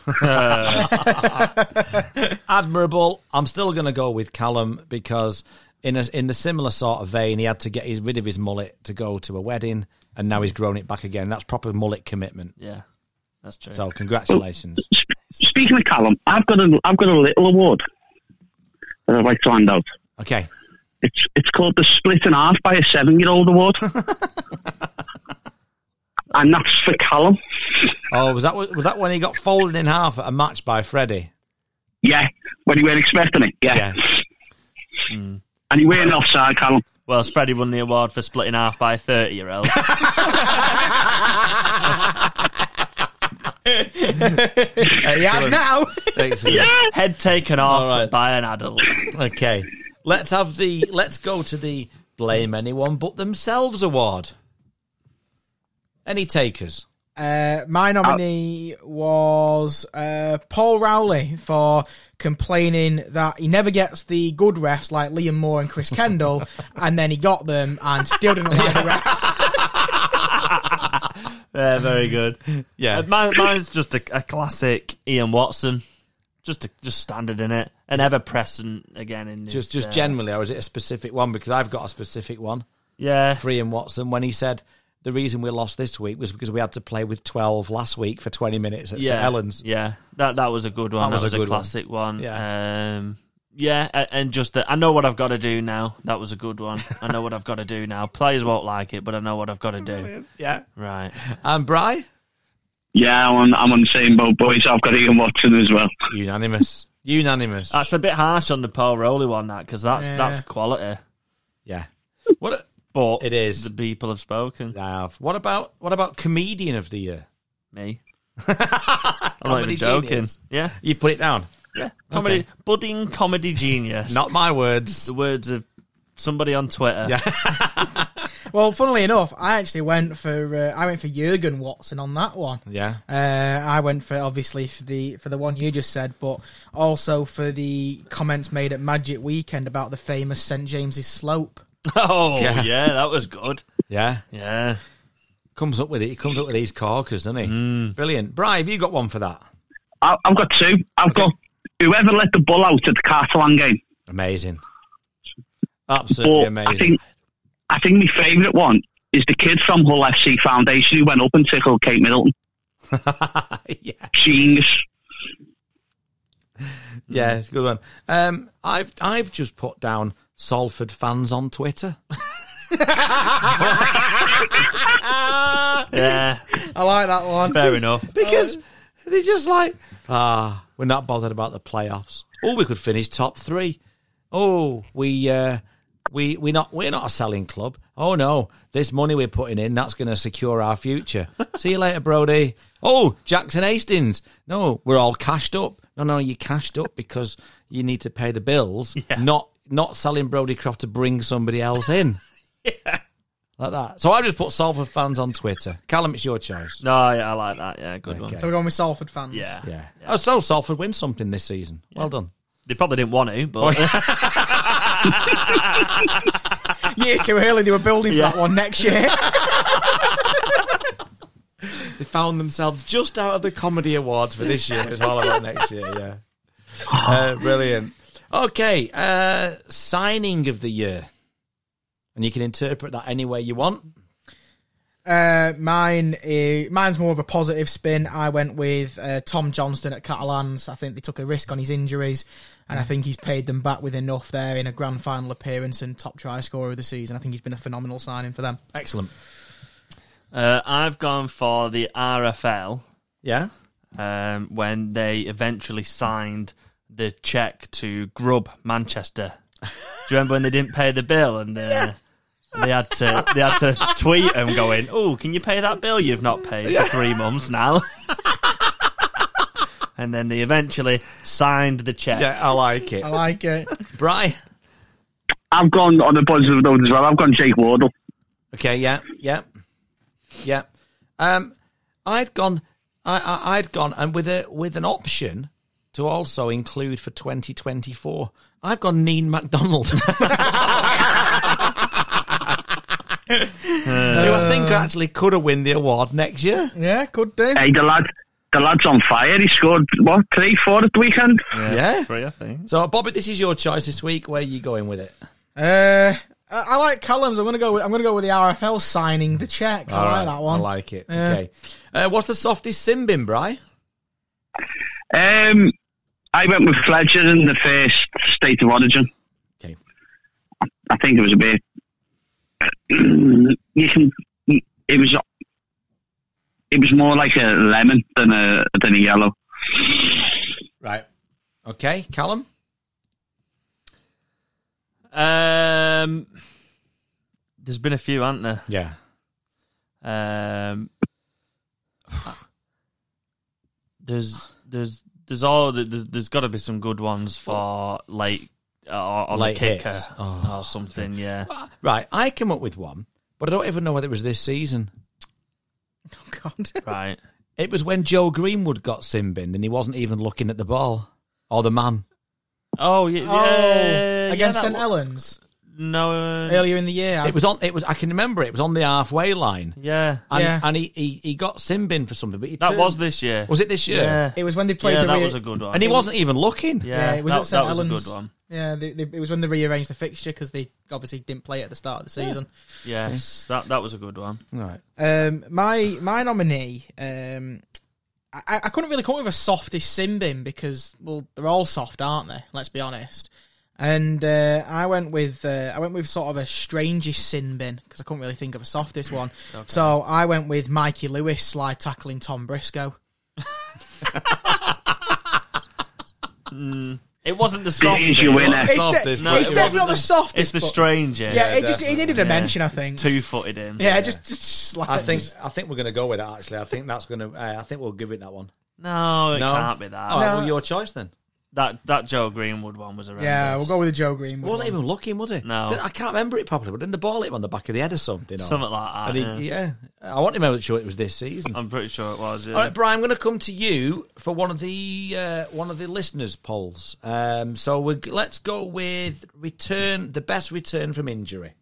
admirable. I'm still going to go with Callum because in a, in the similar sort of vein, he had to get his, rid of his mullet to go to a wedding, and now he's grown it back again. That's proper mullet commitment.
Yeah, that's true.
So congratulations.
Speaking of Callum, I've got a I've got a little award that I'd like to hand out.
Okay.
It's it's called the Split in Half by a Seven Year Old Award, and that's for Callum.
Oh, was that was that when he got folded in half at a match by Freddie?
Yeah, when you weren't expecting it. Yeah,
Yeah.
and you weren't offside, Callum.
well, Freddie won the award for splitting half by a 30 year old.
Uh,
He has now.
Excellent.
Head taken off
right.
by an adult.
Okay. Let's have the let's go to the blame anyone but themselves award. Any takers?
Uh, my nominee was uh, Paul Rowley for complaining that he never gets the good refs like Liam Moore and Chris Kendall, and then he got them and still didn't like the refs.
Yeah, very good.
Yeah.
Uh, mine, mine's just a, a classic Ian Watson. Just a, just standard in it. And ever present again in this.
Just just
uh,
generally, or is it a specific one? Because I've got a specific one.
Yeah.
for Ian Watson when he said the reason we lost this week was because we had to play with 12 last week for 20 minutes at St. Helens.
Yeah, that that was a good one. That was, a,
good one.
classic one.
Yeah.
Yeah. Um, yeah, a- and just that I know what I've got to do now. That was a good one. I know what I've got to do now. Players won't like it, but I know what I've got to do.
Yeah.
Right.
And Bry?
Yeah, I'm on, I'm on the same boat, boys. I've got Ian Watson as well.
Unanimous. Unanimous.
That's a bit harsh on the Paul Rowley one, that, because that's,
Yeah.
that's quality.
yeah. What a-
But
It is.
The people have spoken.
Now, what about what about comedian of the year?
Me. I'm not
Comedy
even joking.
genius.
Yeah.
You put it down.
Yeah. Comedy. Budding comedy genius.
Not my words.
the words of somebody on Twitter.
Yeah.
Well, funnily enough, I actually went for uh, I went for Jurgen Watson on that one.
Yeah.
Uh, I went for obviously for the for the one you just said, but also for the comments made at Magic Weekend about the famous St James's Slope.
Oh,
Yeah.
yeah. that was good.
Yeah.
Yeah.
Comes up with it. He comes up with these corkers, doesn't he? Brilliant. Brian, have you got one for that?
I, I've got two. I've got whoever let the ball out at the Catalan game.
Amazing. Absolutely
But I
amazing.
think I think my favourite one is the kid from Hull FC Foundation who went up and tickled Kate Middleton.
yeah.
Genius.
Yeah, it's a good one. Um, I've I've just put down Salford fans on Twitter.
Yeah.
I like that one.
Fair enough.
because they're just like, Oh. ah, we're not bothered about the playoffs. Oh, we could finish top three. Oh, we uh, we we not we're not a selling club. Oh no, this money we're putting in that's going to secure our future. See you later, Brody. Oh, Jackson Hastings. No, we're all cashed up. No, no, you cashed up because you need to pay the bills. Not not selling Brody Croft to bring somebody else in. Like that. So I just put Salford fans on Twitter. Callum, it's your choice.
No, yeah, I like that. Yeah, good
Okay.
one.
So we're going with Salford fans.
Yeah.
Yeah. Oh, so Salford win something this season. Well done.
They probably didn't want to, but
Oh,
year too early. They were building for
Yeah.
that one next year.
They found themselves just out of the comedy awards for this year. It's all about next year. Yeah. Uh, brilliant. Okay. Uh, signing of the year, and you can interpret that any way you want.
Uh, mine, uh, mine's more of a positive spin. I went with uh, Tom Johnston at Catalans. I think they took a risk on his injuries, and I think he's paid them back with enough there in a grand final appearance and top try scorer of the season. I think he's been a phenomenal signing for them.
Excellent.
uh, I've gone for the RFL
Yeah.
um, when they eventually signed the check to Grub Manchester. Do you remember when they didn't pay the bill and uh, they had to they had to tweet them going, "Oh, can you pay that bill you've not paid for three months now?" and then they eventually signed the check.
Yeah, I like it.
I like it.
Brian.
I've gone on the positive note as well. I've gone Jake Wardle.
Okay, yeah, yeah, yeah. Um, I'd gone, I, I, I'd gone, and with a with an option to also include for twenty twenty four. I've gone Neen MacDonald, who I think actually could have win the award next year.
Yeah, could do.
Hey, the lad, the lad's on fire. He scored what three, four at the weekend.
Yeah.
three, I think.
So, Bobby, this is your choice this week. Where are you going with it?
Uh, I I like Callum's. I'm gonna go. With, I'm gonna go with the RFL signing the check. I
All
like
right,
that one.
I like it.
Yeah.
Okay. Uh, what's the softest sin bin, Bry?
Um, I went with Fletcher in the first state of origin.
Okay.
I think it was a bit. you can. It was. It was more like a lemon than a than a yellow.
Right. Okay, Callum.
Um, there's been a few, aren't there?
Yeah.
Um, there's there's there's all the- there's, there's got to be some good ones for late uh, on
Late
a kicker
hits. Oh.
or something. Yeah,
Right, I came up with one, but I don't even know whether it was this season.
Oh, God.
right.
It was when Joe Greenwood got simbined and he wasn't even looking at the ball or the man.
Oh yeah,
Oh,
yeah
against
that
St
wa-
Helens
No, uh,
earlier in the year.
It was on. It was. I can remember. It It was on the halfway line,
yeah,
and,
Yeah.
and he, he he got simbined for something. But he
that
turned-
was this year.
was it this year?
Yeah,
It was when they played
yeah,
the
that
Rio-
was a good one.
And he wasn't even looking.
yeah,
it was
that,
at St
that was a
Helens.
good one.
Yeah, they, they, it was when they rearranged the fixture because they obviously didn't play at the start of the season.
Yes, that that was a good one.
Right.
Um, my my nominee, um, I, I couldn't really come up with a softest Simbin because well, they're all soft, aren't they? Let's be honest. And uh, I went with uh, I went with sort of a strangest Simbin because I couldn't really think of a softest one. So I went with Mikey Lewis slide tackling Tom Briscoe.
It wasn't the
It is your winner.
softest.
It's, de-
Softest, but
No,
it's
it
wasn't
definitely not the
wasn't
softest.
It's the
but-
stranger.
Yeah, it just it needed a
Yeah.
mention, I think.
two footed him.
yeah, just, just slide.
I think I think we're going to go with that. Actually, I think that's going to. Uh, I think we'll give it that one.
No, it
No? Oh,
can't be that.
All right.
No.
Well, your choice then.
That that Joe Greenwood one was around.
Yeah, we'll go with the Joe Green.
Wasn't even looking, was he?
No.
I can't remember it properly, but didn't the ball hit him on the back of the head or something? or-
something like that.
And he-
yeah.
yeah. I want to remember sure it was this season.
I'm pretty sure it was. Yeah.
All right, Brian, I'm going to come to you for one of the uh, one of the listeners' polls. Um, so we're, g- let's go with return the best return from injury.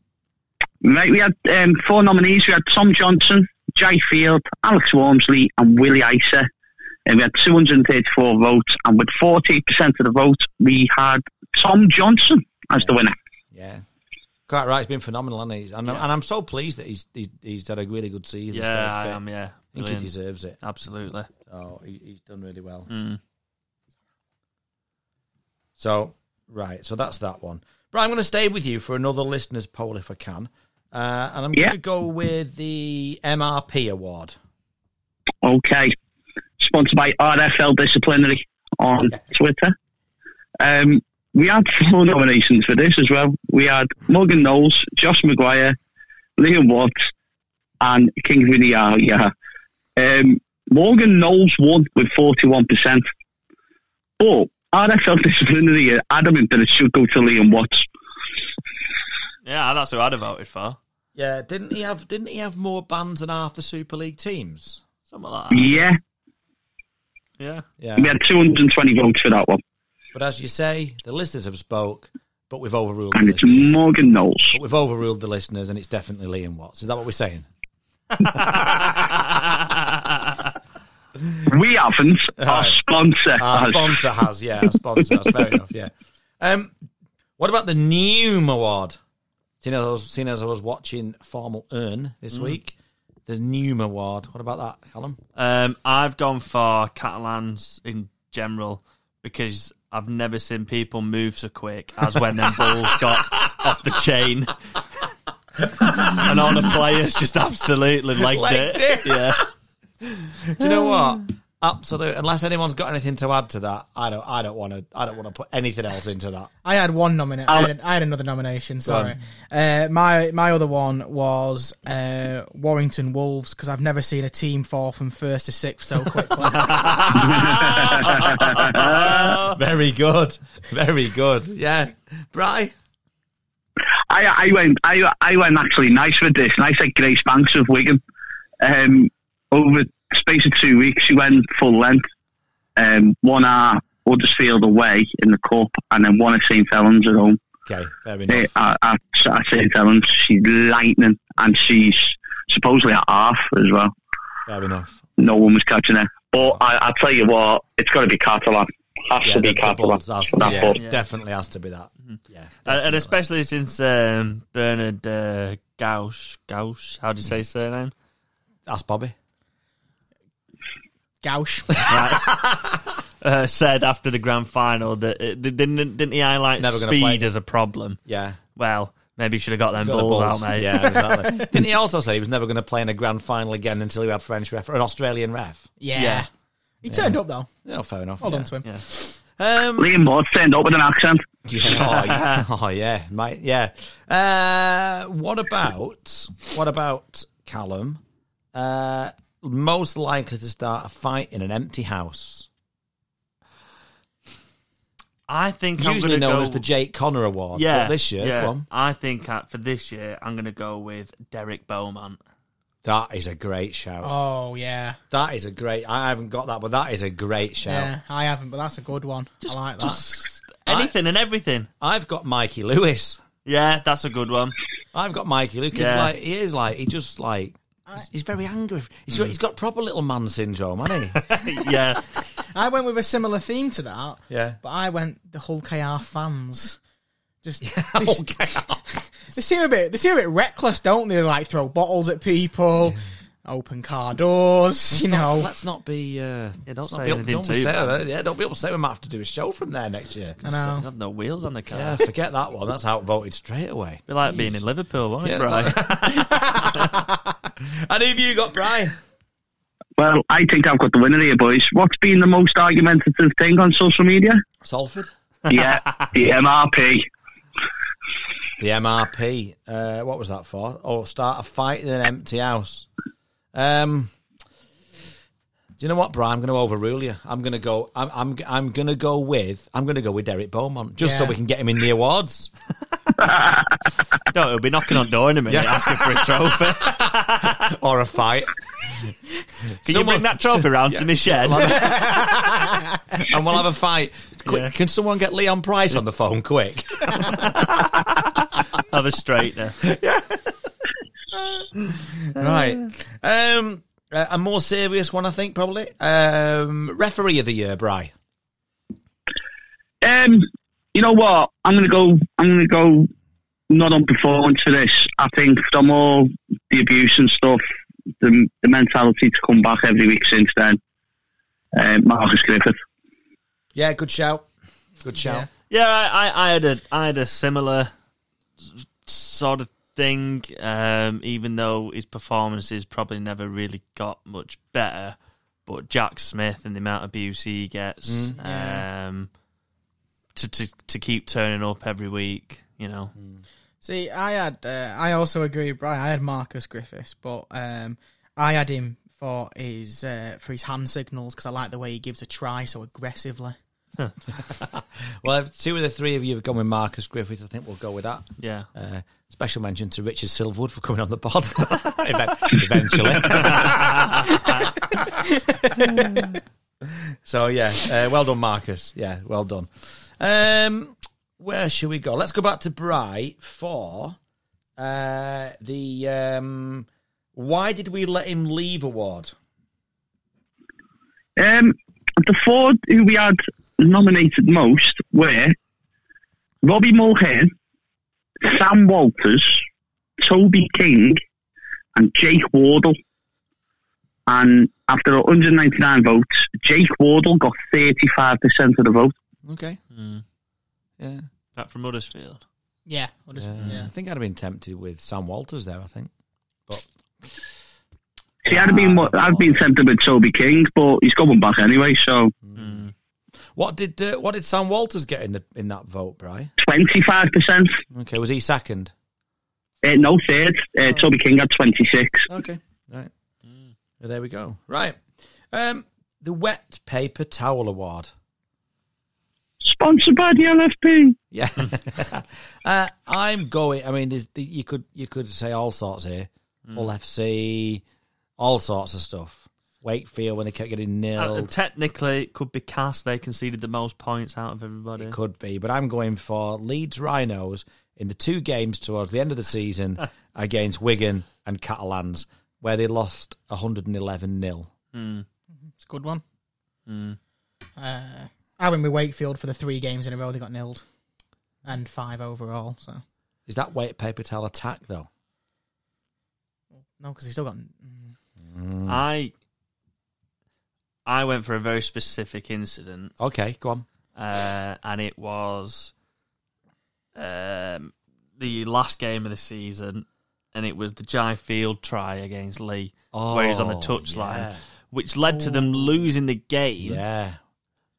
Right, we had um, four nominees. We had Tom Johnson, Jay Field, Alex Wormsley, and Willie Iser. And we had 234 votes, and with 40% of the vote, we had Tom Johnson as the winner.
Yeah, quite right. He's been phenomenal, hasn't he? And, I'm- and I'm so pleased that he's he's, he's had a really good season. He's
yeah,
stayed
I
fit.
am. Yeah,
I think he
Brilliant.
deserves it.
Absolutely.
Oh, he, he's done really well.
Mm.
So, right, so that's that one. Brian, I'm going to stay with you for another listeners' poll if I can, uh, and I'm
Yeah.
going to go with the MRP award.
Okay. Sponsored by RFL Disciplinary on Twitter. Um, we had four nominations for this as well. We had Morgan Knowles, Josh Maguire, Liam Watts, and Kingsley Niaga. Um Morgan Knowles won with 41%. But RFL Disciplinary uh, are adamant that it should go to Liam Watts.
Yeah, that's who I'd have voted for.
Yeah, didn't he have didn't he have more bans than half the Super League teams?
Something like that.
Yeah,
Yeah.
Yeah,
we had 220 votes for that one.
but as you say, the listeners have spoke, but we've overruled. The
And it's
listeners.
Morgan Knowles.
But we've overruled the listeners, and it's definitely Liam Watts. Is that what we're saying?
We haven't. Our
Aye.
sponsor
Our
has.
sponsor has, yeah, our sponsor has. Fair enough, yeah. Um, what about the Newm Award? Seeing as I was, seeing as I was watching Formal Earn
Mm.
this week, the Newm Award. What about that, Callum?
Um, I've gone for Catalans in general because I've never seen people move so quick as when them balls got off the chain. and all the players just absolutely legged,
Legged
it. Yeah.
Do you know what? Absolute. Unless anyone's got anything to add to that, I don't. I don't want to. I don't want to put anything else into that.
I had one nomination. I, had- I had another nomination. Sorry, uh, my my other one was uh, Warrington Wolves because I've never seen a team fall from first to sixth so quickly. Ah.
Very good. Very good. Yeah. Bry.
I, I went I, I went actually nice with this and I said Grace Banks of Wigan um, over the space of two weeks she went full length um, one at Huddersfield away in the cup and then one at St Helens at home
Okay. Fair
Eh,
enough.
at, at, at St Helens she's lightning and she's supposedly at half as well
Fair enough.
no one was catching her but I, I tell you what it's got to be Catalan has
Yeah,
to be
the- the
Catalan
balls has-
That
yeah,
ball.
definitely has to be that.
Hmm.
Yeah.
Uh, And, and especially since um, Bernard uh, Gausch, Gausch, how do you say his surname?
That's Bobby.
Goush.
Uh, said after the grand final that it, didn't, didn't he highlight
Never gonna
speed
play.
as a problem?
Yeah.
Well, maybe you should have got them
Got the
balls, out, mate.
Yeah, exactly. Didn't he also say he was never going to play in a grand final again until he had French ref or an Australian ref?
Yeah. He turned up though.
No, fair enough.
Hold
yeah.
on to him.
Um,
Liam Watts turned up with an accent
yeah, oh, yeah, oh, yeah, mate. Yeah. Uh, what about what about Callum? Uh, most likely to start a fight in an empty house,
I think I'm
usually
going to
known
go
as the Jake Connor Award.
Yeah,
But this year,
yeah.
come on.
I think uh, for this year, I'm going to go with Derek Bowman.
that is a great shout.
Oh yeah,
That is a great. I haven't got that, but that is a great shout.
yeah. I haven't, but that's a good one. I like that.
Just anything and everything.
I've got Mikey Lewis.
Yeah, that's a good one.
I've got Mikey Lucas.
Yeah.
Like he is like he just like he's, he's very angry. He's
Hmm.
got, he's got proper little man syndrome, hasn't he?
yeah,
I went with a similar theme to that,
yeah.
but I went the Hull KR fans. Just they,
Okay.
they seem a bit they seem a bit reckless, don't they? They like throw bottles at people, open car doors. You know,
let's not be. Uh,
Yeah, don't
let's not
say
be up-
anything
don't
too
be
bad.
upset. Yeah, don't be upset. We might have to do a show from there next year.
I know.
I've no wheels on the car.
Oh. Yeah, forget that one. That's outvoted straight away.
Be like being in Liverpool, won't
Yeah,
it, Brian?
And who have you got, Brian?
well I think I've got the winner here boys what's been the most argumentative thing on social media
Salford.
yeah, the MRP.
The MRP. Uh, what was that for? Oh, start a fight in an empty house. Um, Do you know what, Brian? I'm going to overrule you. I'm going to go. I'm. I'm. I'm going to go with. I'm going to go with Derek Beaumont just so
Yeah.
we can get him in the awards.
No, he'll be knocking on door in a minute asking for a trophy.
or a fight.
Can you bring that trophy round to my shed?
and we'll have a fight. Quick,
Yeah.
Can someone get Leon Price on the phone quick?
have a straightener.
right. Um, a a more serious one, I think, probably. Um, referee of the year, Bry.
Um, you know what? I'm gonna go. I'm gonna go. Not on performance for this. I think from all the abuse and stuff, the, the mentality to come back every week since then. Um, Marcus Griffith.
Yeah, good shout. Good shout.
Yeah.
Yeah, I, I, I had a I had a similar s- sort of thing. Um, even though his performances probably never really got much better, but Jack Smith and the amount of abuse he gets, um, to, to to keep turning up every week, you know.
See, I had, uh, I also agree with Brian. I had Marcus Griffiths, but um, I had him for his uh, for his hand signals because I like the way he gives a try so aggressively.
Well, if two of the three of you have gone with Marcus Griffith. I think we'll go with that.
Yeah,
Uh, special mention to Richard Silverwood for coming on the pod Even- eventually. so yeah, uh, well done, Marcus. Yeah, well done. Um, where should we go? Let's go back to Bry for uh, the um, why did we let him leave award?
Um, the four who we had nominated most were Robbie Mulcair, Sam Walters, Toby King, and Jake Wardle. And after 199 votes, Jake Wardle got 35% of the vote.
Okay. Yeah.
that from Huddersfield.
Yeah, I'll just-
Uh,
yeah.
I think I'd have been tempted with Sam Walters there. I think.
See, I'd have been, mo- I'd been tempted with Toby King, but he's going back anyway, so
What did uh, what did Sam Walters get in the in that vote, Bry?
25%.
Okay, was he second?
Uh, no, third. Uh, Toby King had 26.
Okay. Right. Well, there we go. Right. Um, the Wet Paper Towel Award.
Sponsored by the LFP.
Yeah. uh, I'm going. I mean, there's, you could you could say all sorts here. Full FC, all sorts of stuff. Wakefield when they kept getting
Uh,
nil.
technically, it could be Cass. They conceded the most points out of everybody.
It could be, but I'm going for Leeds Rhinos in the two games towards the end of the season against Wigan and Catalans, where they lost 111 nil.
It's a good one.
Hmm.
Uh, I went with Wakefield for the three games in a row they got nilled, and five overall. So
Is that wet paper towel attack though?
no, because they still got.
I I went for a very specific incident.
Okay, go on.
uh, and it was um, the last game of the season, and it was the Jai Field try against Lee, where he was on the
Oh,
touchline,
yeah. Oh.
which led to them losing the game,
Yeah.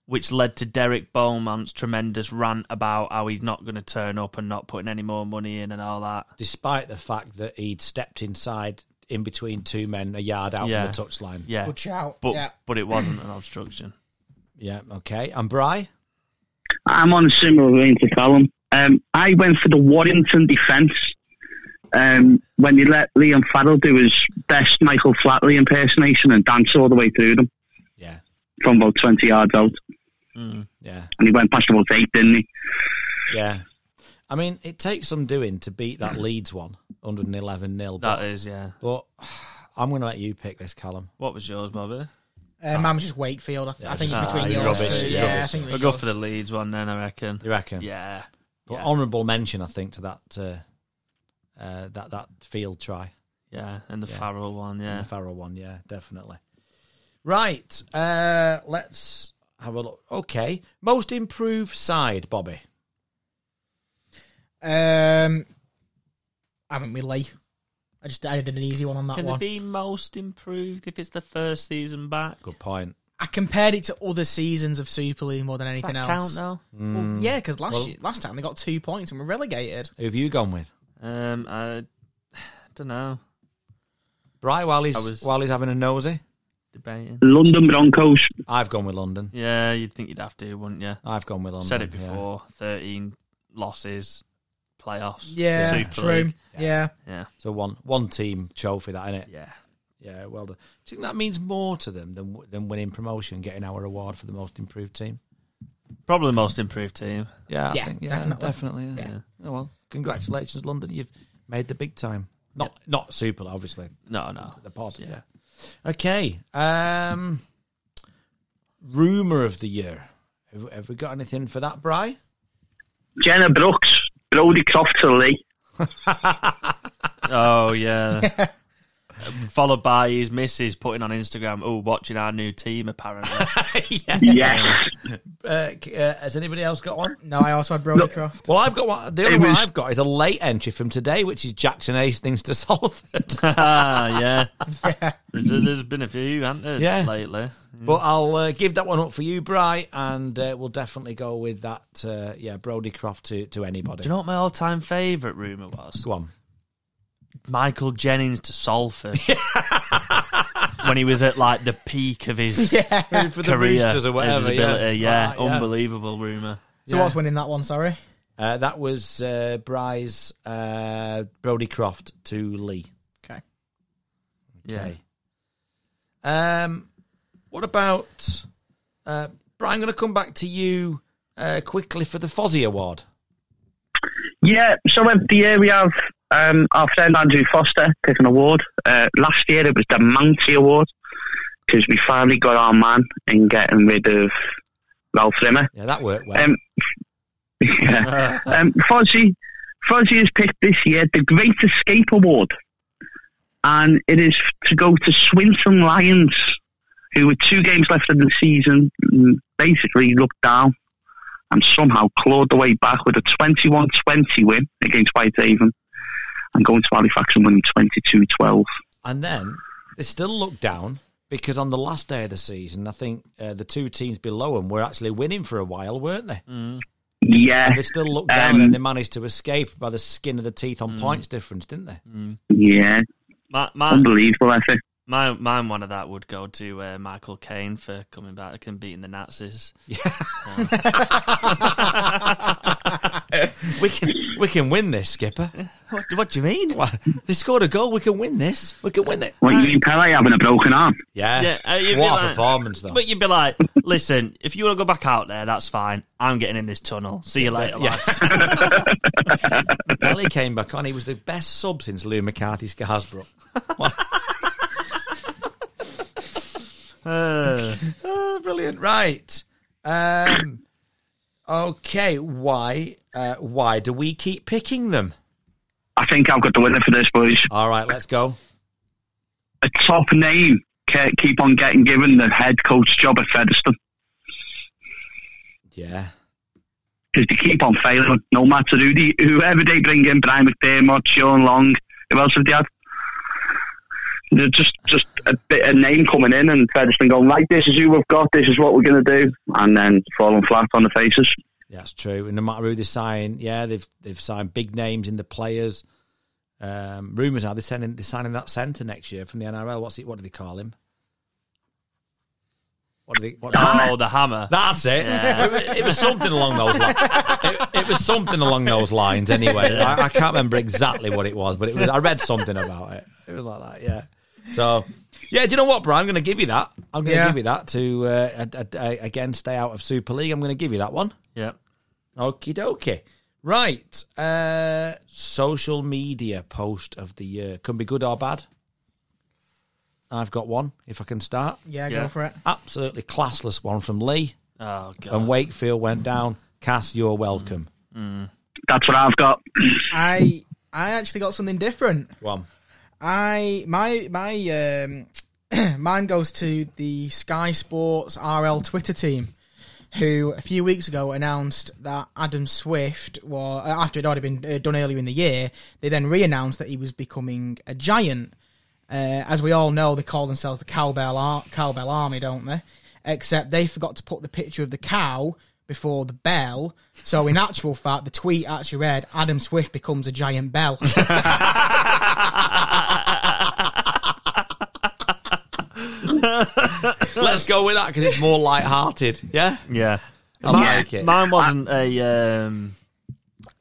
which led to Derek Bowman's tremendous rant about how he's not going to turn up and not putting any more money in and all that.
Despite the fact that he'd stepped inside in between two men a yard out
Yeah.
from the touchline.
Yeah,
Good shout.
but
Yeah.
but it wasn't an obstruction.
Yeah, okay. And Bry?
I'm on a similar vein to Callum. Um, I went for the Warrington defence um, when they let Liam Farrell do his best Michael Flatley impersonation and dance all the way through them
Yeah.
from about 20 yards out.
Yeah.
And he went past about eight, didn't he?
Yeah. I mean, it takes some doing to beat that Leeds one, 111 nil.
That
But,
is, yeah.
but I'm going to let you pick this, Callum.
What was yours, Bobby?
Uh, mine was just Wakefield. I, th- I think it's
just-
between
ah, he's
yours.
rubbish,
two.
he's
Yeah, I
rubbish.
think it
I'll
was
go
yours.
for the Leeds one then. I reckon.
You reckon?
Yeah,
But
yeah.
honourable mention, I think, to that uh, uh, that that field try,
yeah, and the
Yeah.
Farrell one. Yeah,
the Farrell one. Yeah, definitely. Right. Uh, let's have a look. Okay, most improved side, Bobby.
Um, I went with Lee. I just I did an easy one on that
Can
one.
it be most improved if it's the first season back?
Good point.
I compared it to other seasons of Super League more than
Does
anything
that
else.
count now?
Well, yeah, because last
Hmm. Well-
year, last time they got two points and were relegated.
Who have you gone with?
Um, I don't know.
Right, while he's
I was-
while he's having a nosy.
Debating.
London Broncos.
I've gone with London.
Yeah, you'd think you'd have to, wouldn't you?
I've gone with London.
Said it
yeah.
before. Thirteen losses, playoffs.
Yeah,
Super
true.
League.
Yeah.
Yeah,
So one one team trophy that in it.
yeah.
Yeah, well done. Do you think that means more to them than than winning promotion, getting our award for the most improved team?
Probably the most improved team.
Yeah, I
Yeah,
think, yeah,
definitely.
definitely. yeah.
Yeah.
Oh, well, congratulations, London. You've made the big time. Not not Super, League, obviously.
No, no.
The pod.
Yeah.
Yeah. Okay. Um, rumor of the year. Have, have we got anything for that, Bry?
Jenna Brooks, Brody Croft to Lee.
Oh yeah. Followed by his missus putting on Instagram, oh, watching our new team apparently.
Yes.
Uh, c- uh, has anybody else got one?
No, I also had Brody Croft.
Well, I've got one. The only
It
one
was-
I've got is a late entry from today, which is Jackson Ace things to Salford.
ah, yeah. There's, there's been a few, hasn't there,
Yeah.
lately?
But I'll uh, give that one up for you, Bry, and uh, we'll definitely go with that. Uh, yeah, Brody Croft to, to anybody.
Do you know what my all time favourite rumour was?
Go on.
Michael Jennings to Salford. when he was at like the peak of his
For the
career.
Roosters or whatever. Yeah,
eligibility, yeah.
Right,
Unbelievable rumour.
So what's winning that one, sorry?
Uh, that was uh, Bry's uh, Brody Croft to Lee.
Okay.
Yeah.
Um, what about uh, Brian? I'm going to come back to you uh, quickly for the Fozzie Award.
Yeah, so every year we have um, our friend Andrew Foster pick an award. Uh, last year it was the Mountie Award because we finally got our man in getting rid of Ralph Rimmer.
Yeah, that worked well.
Um, yeah. um, Fozzie, Fozzie has picked this year the Great Escape Award, and it is to go to Swinton Lions, who with two games left in the season mm, basically looked down and somehow clawed their way back with a 21-20 win against Whitehaven and going to Halifax and winning 22-12.
And then they still look down because on the last day of the season, I think uh, the two teams below them were actually winning for a while, weren't they?
Yeah,
They still looked down
Um,
and they managed to escape by the skin of the teeth on points difference, didn't they?
yeah,
My, my,
unbelievable effort.
my, my one of that would go to uh, Michael Caine for coming back and beating the Nazis.
We can we can win this, Skipper.
What, what do you mean?
What? They scored a goal. We can win this. We can win it.
What you mean, Pele having a broken arm?
Yeah.
Yeah, uh, you'd be
what a
like-
performance, though.
But you'd be like, listen, if you want to go back out there, that's fine. I'm getting in this tunnel. See you later,
Yeah.
lads.
Belly came back on. He was the best sub since Lou McCarthy Scarsbrook.
Uh,
Oh, brilliant. Right. Um, okay. Why? Uh, why do we keep picking them?
I think I've got the winner for this, boys.
All right. Let's go.
a top name ca- keep on getting given the head coach job at Featherstone
Yeah.
because they keep on failing. No matter who they, whoever they bring in, Brian McDermott, Sean Long, who else have they had? They're just just a bit a name coming in and Featherstone going like this is who we've got, this is what we're going to do, and then falling flat on the faces.
Yeah, That's true. And no matter who they sign, yeah, they've they've signed big names in the players. Um, rumors are they're signing they're signing that centre next year from the NRL. What's it? What do they call him? What do they? What do they-
oh, the hammer.
That's it.
Yeah.
It, was, it was something along those lines. It, it was something along those lines. Anyway, I, I can't remember exactly what it was, but it was. I read something about it. It was like that. Yeah. So, yeah. Do you know what, Brian? I'm going to give you that. I'm going to
Yeah.
give you that to uh, I, I, I- again stay out of Super League. I'm going to give you that one.
Yep.
Okie dokie. Right. Uh, social media post of the year can be good or bad. I've got one. If I can start,
Yeah,
Yeah.
go for it.
absolutely classless one from Lee
Oh, God.
and Wakefield went down. Cass, you're welcome.
That's what I've got.
I I actually got something different.
One.
I my my um mine goes to the Sky Sports RL Twitter team, who a few weeks ago announced that Adam Swift was after it had already been uh, done earlier in the year. They then re-announced that he was becoming a giant. Uh, as we all know, they call themselves the Cowbell Ar- Cowbell Army, don't they? Except they forgot to put the picture of the cow before the bell. So in actual fact, the tweet actually read, "Adam Swift becomes a giant bell."
Let's go with that because it's more light-hearted. Yeah,
Yeah.
I
Mine-
like it.
Mine wasn't a, um,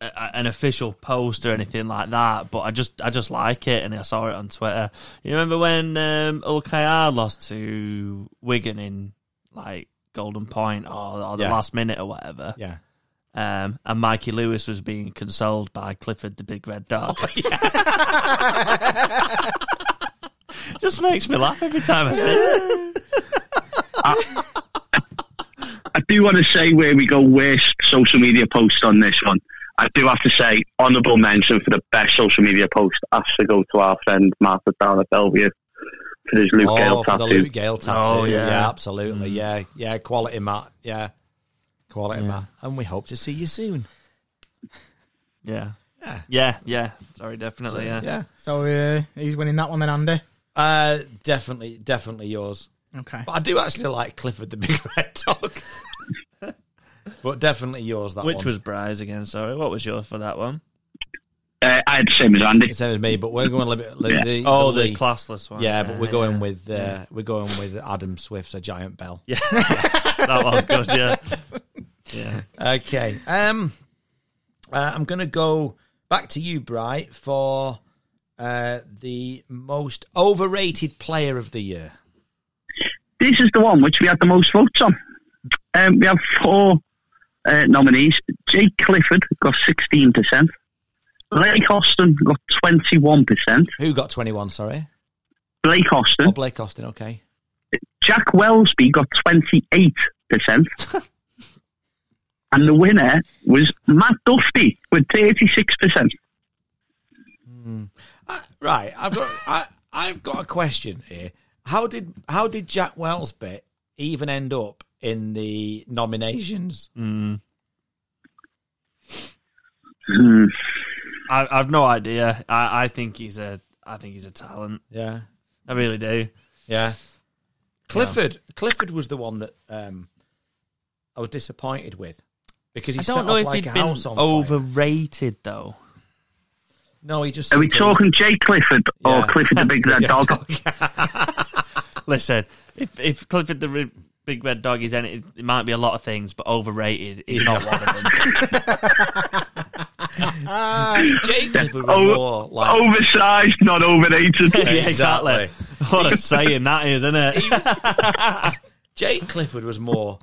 a a- an official post or anything like that, but I just I just like it, and I saw it on Twitter. You remember when um, LKR lost to Wigan in like Golden Point or, or the
Yeah.
last minute or whatever,
yeah.
um, and Mikey Lewis was being consoled by Clifford the Big Red
Oh,
Dog. just makes me laugh every time I see it.
I do want to say where we go worst social media post on this one. I do have to say honourable mention for the best social media post has to go to our friend Martha down at Bellevue for his Luke
oh,
Gale
for
tattoo.
the Luke Gale tattoo.
Oh,
yeah.
yeah.
absolutely. Yeah, yeah. Quality, Matt. Yeah, quality, Matt. And we hope to see you soon.
Yeah,
Yeah.
yeah, yeah. Sorry, definitely. yeah.
Yeah.
So uh, who's winning that one then, Andy?
Uh, definitely, definitely yours.
Okay.
But I do actually like Clifford the Big Red Dog. but definitely yours. That
Which
one.
was Bryce again, sorry. What was yours for that one?
Uh, I had the same as Andy.
same as me. But we're going a little bit.
Yeah.
The,
Oh, the
league.
classless one.
Yeah, but we're going with uh, we're going with Adam Swift's a giant bell.
That was good, yeah. Yeah.
Okay. Um, uh, I'm going to go back to you, Bright, for uh, the most overrated player of the year.
This is the one which we had the most votes on. Um, we have four uh, nominees. Jake Clifford got 16%. Blake Austin got 21%.
Who got 21? Sorry,
Blake Austin.
oh, Blake Austin. Okay.
Jack Wellsby got 28%. and the winner was Matt Duffy with 36%.
Right. I've got I, I've got a question here. How did how did Jack Wellsby even end up in the nominations?
Mm.
Hmm.
I, I've no idea. I, I think he's a I think he's a talent.
Yeah.
I really do.
Yeah. Clifford. Clifford was the one that um, I was disappointed with because he
I
set
don't know
off
if
like
he'd
a
been
house on fire.
overrated though.
No, he just.
Are we
seemed to-
talking Jay Clifford or
Yeah.
Clifford the Big Red
Yeah,
Dog?
Listen, if if Clifford the Ri- Big Red Dog is any, it might be a lot of things, but overrated is not one of them.
Jake Clifford was
Oh,
more like.
Oversized, not overrated.
yeah, exactly. What a saying that is, isn't it?
Jake Clifford was more.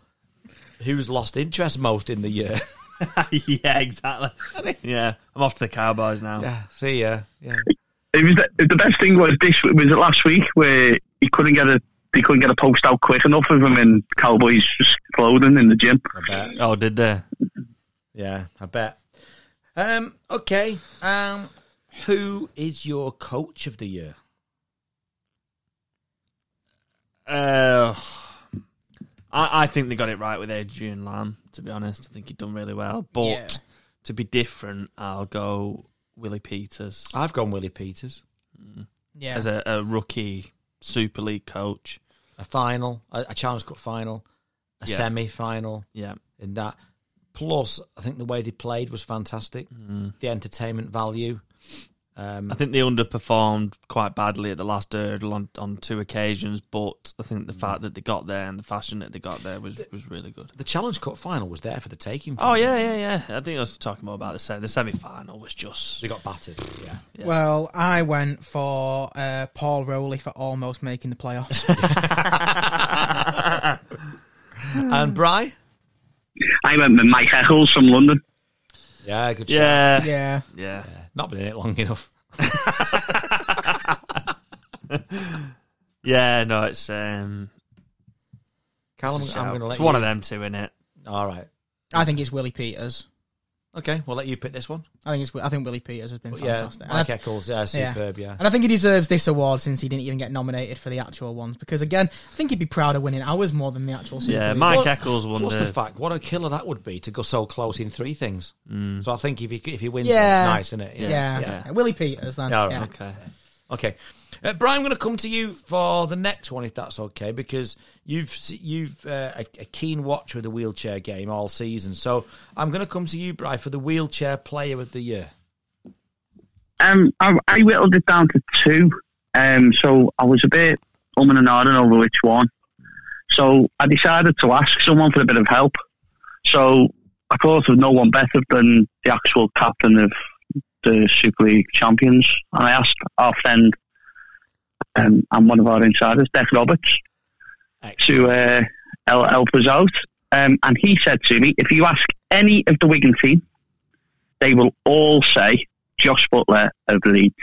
Who's lost interest most in the year?
yeah, exactly. Yeah, I'm off to the Cowboys now.
Yeah, see ya. Yeah.
It was the, the best thing was this was it last week where he couldn't get a he couldn't get a post out quick enough of him in Cowboys clothing in the gym.
I bet.
Oh, did they?
Yeah, I bet. Um, okay. Um, who is your coach of the year?
Uh, I, I think they got it right with Adrian Lamb, to be honest. I think he'd done really well. But
Yeah.
to be different, I'll go Willie Peters
I've gone Willie Peters.
Yeah.
as a, a rookie Super League coach.
A final, a, a Challenge Cup final, a
Yeah.
semi final
Yeah.
in that. Plus, I think the way they played was fantastic. The entertainment value. Um,
I think they underperformed quite badly at the last hurdle on, on two occasions, but I think the fact that they got there and the fashion that they got there was, was really good.
the Challenge Cup final was there for the taking. for
Oh,
them.
yeah, yeah, yeah. I think I was talking more about the, se- the semi final was just.
They got battered. Yeah.
Well, I went for uh, Paul Rowley for almost making the playoffs.
and Bry?
I went with Mike Eccles from London.
Yeah, good
Yeah.
shout.
yeah.
Yeah.
Not been in it long enough.
Yeah, no, it's. um.
Callum,
it's a
I'm
shout.
going to let
it's
you.
one of them two in it.
All right.
I think it's Willie Peters.
Okay, we'll let you pick this one.
I think it's. I think Willie Peters has been
But yeah,
fantastic. And I
Mike Eccles, yeah, uh, superb, yeah.
And I think he deserves this award since he didn't even get nominated for the actual ones because again, I think he'd be proud of winning ours more than the actual. Super
Yeah,
League.
Mike
Well,
Eccles won
Plus
the,
the fact, what a killer that would be to go so close in three things. So I think if he if he wins,
Yeah.
yeah. nice, isn't it?
Yeah,
Mm. yeah.
Willie Peters then.
Yeah, all right,
yeah.
okay.
Okay.
Okay, uh, Brian, I'm going to come to you for the next one, if that's okay, because you've s- you've uh, a, a keen watcher of the wheelchair game all season. So I'm going to come to you, Brian, for the wheelchair player of the year.
Um, I, I whittled it down to two. Um, so I was a bit umming and ahhing over which one. So I decided to ask someone for a bit of help. So I thought of no one better than the actual captain of the Super League champions, and I asked our friend um, and one of our insiders, Dec Roberts, to uh, hel- help us out. Um, and he said to me, if you ask any of the Wigan team, they will all say Josh Butler of Leeds.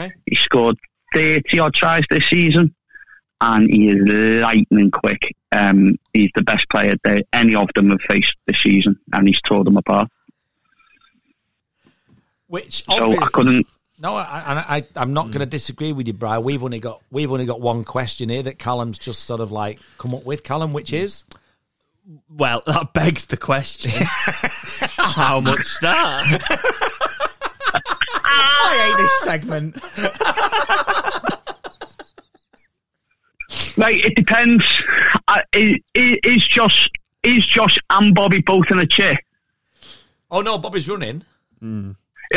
Okay.
He scored 30 odd tries this season, and he is lightning quick. Um, he's the best player that any of them have faced this season, and he's tore them apart.
Which
So I
obvi-
couldn't.
no, I, I, I, I'm not
Mm.
going to disagree with you, Brian. We've only got we've only got one question here that Callum's just sort of like come up with, Callum, which
Mm.
is
Well, that begs the question: How much that?
I hate this segment.
Like it depends. I, i- i- is Josh is Josh and Bobby both in a chair?
oh no, Bobby's running,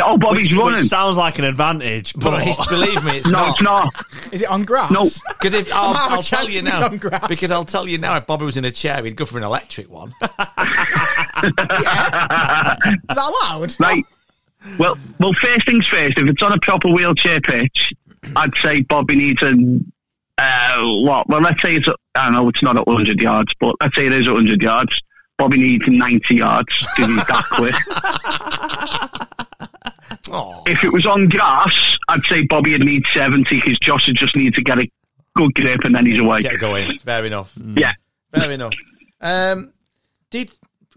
Oh, Bobby's
Which,
running.
which sounds like an advantage,
but
but
it's- believe me, it's
no,
not.
it's not.
Is it on grass?
No.
Because if I'll,
How
I'll
much
tell
chance
you
is
now,
on grass?
because I'll tell you now, if Bobby was in a chair, he'd go for an electric one.
Is that allowed?
Right. Well, well. First things first. If it's on a proper wheelchair pitch, I'd say Bobby needs a uh, what? Well, let's say it's. a- I know it's not at 100 yards, but let's say it is at 100 yards. Bobby needs 90 yards because he's that quick.
Oh,
If it was on grass, I'd say Bobby would need 70 because Josh would just need to get a good grip and then he's away.
get going. Fair enough.
Yeah.
Fair enough. Um, did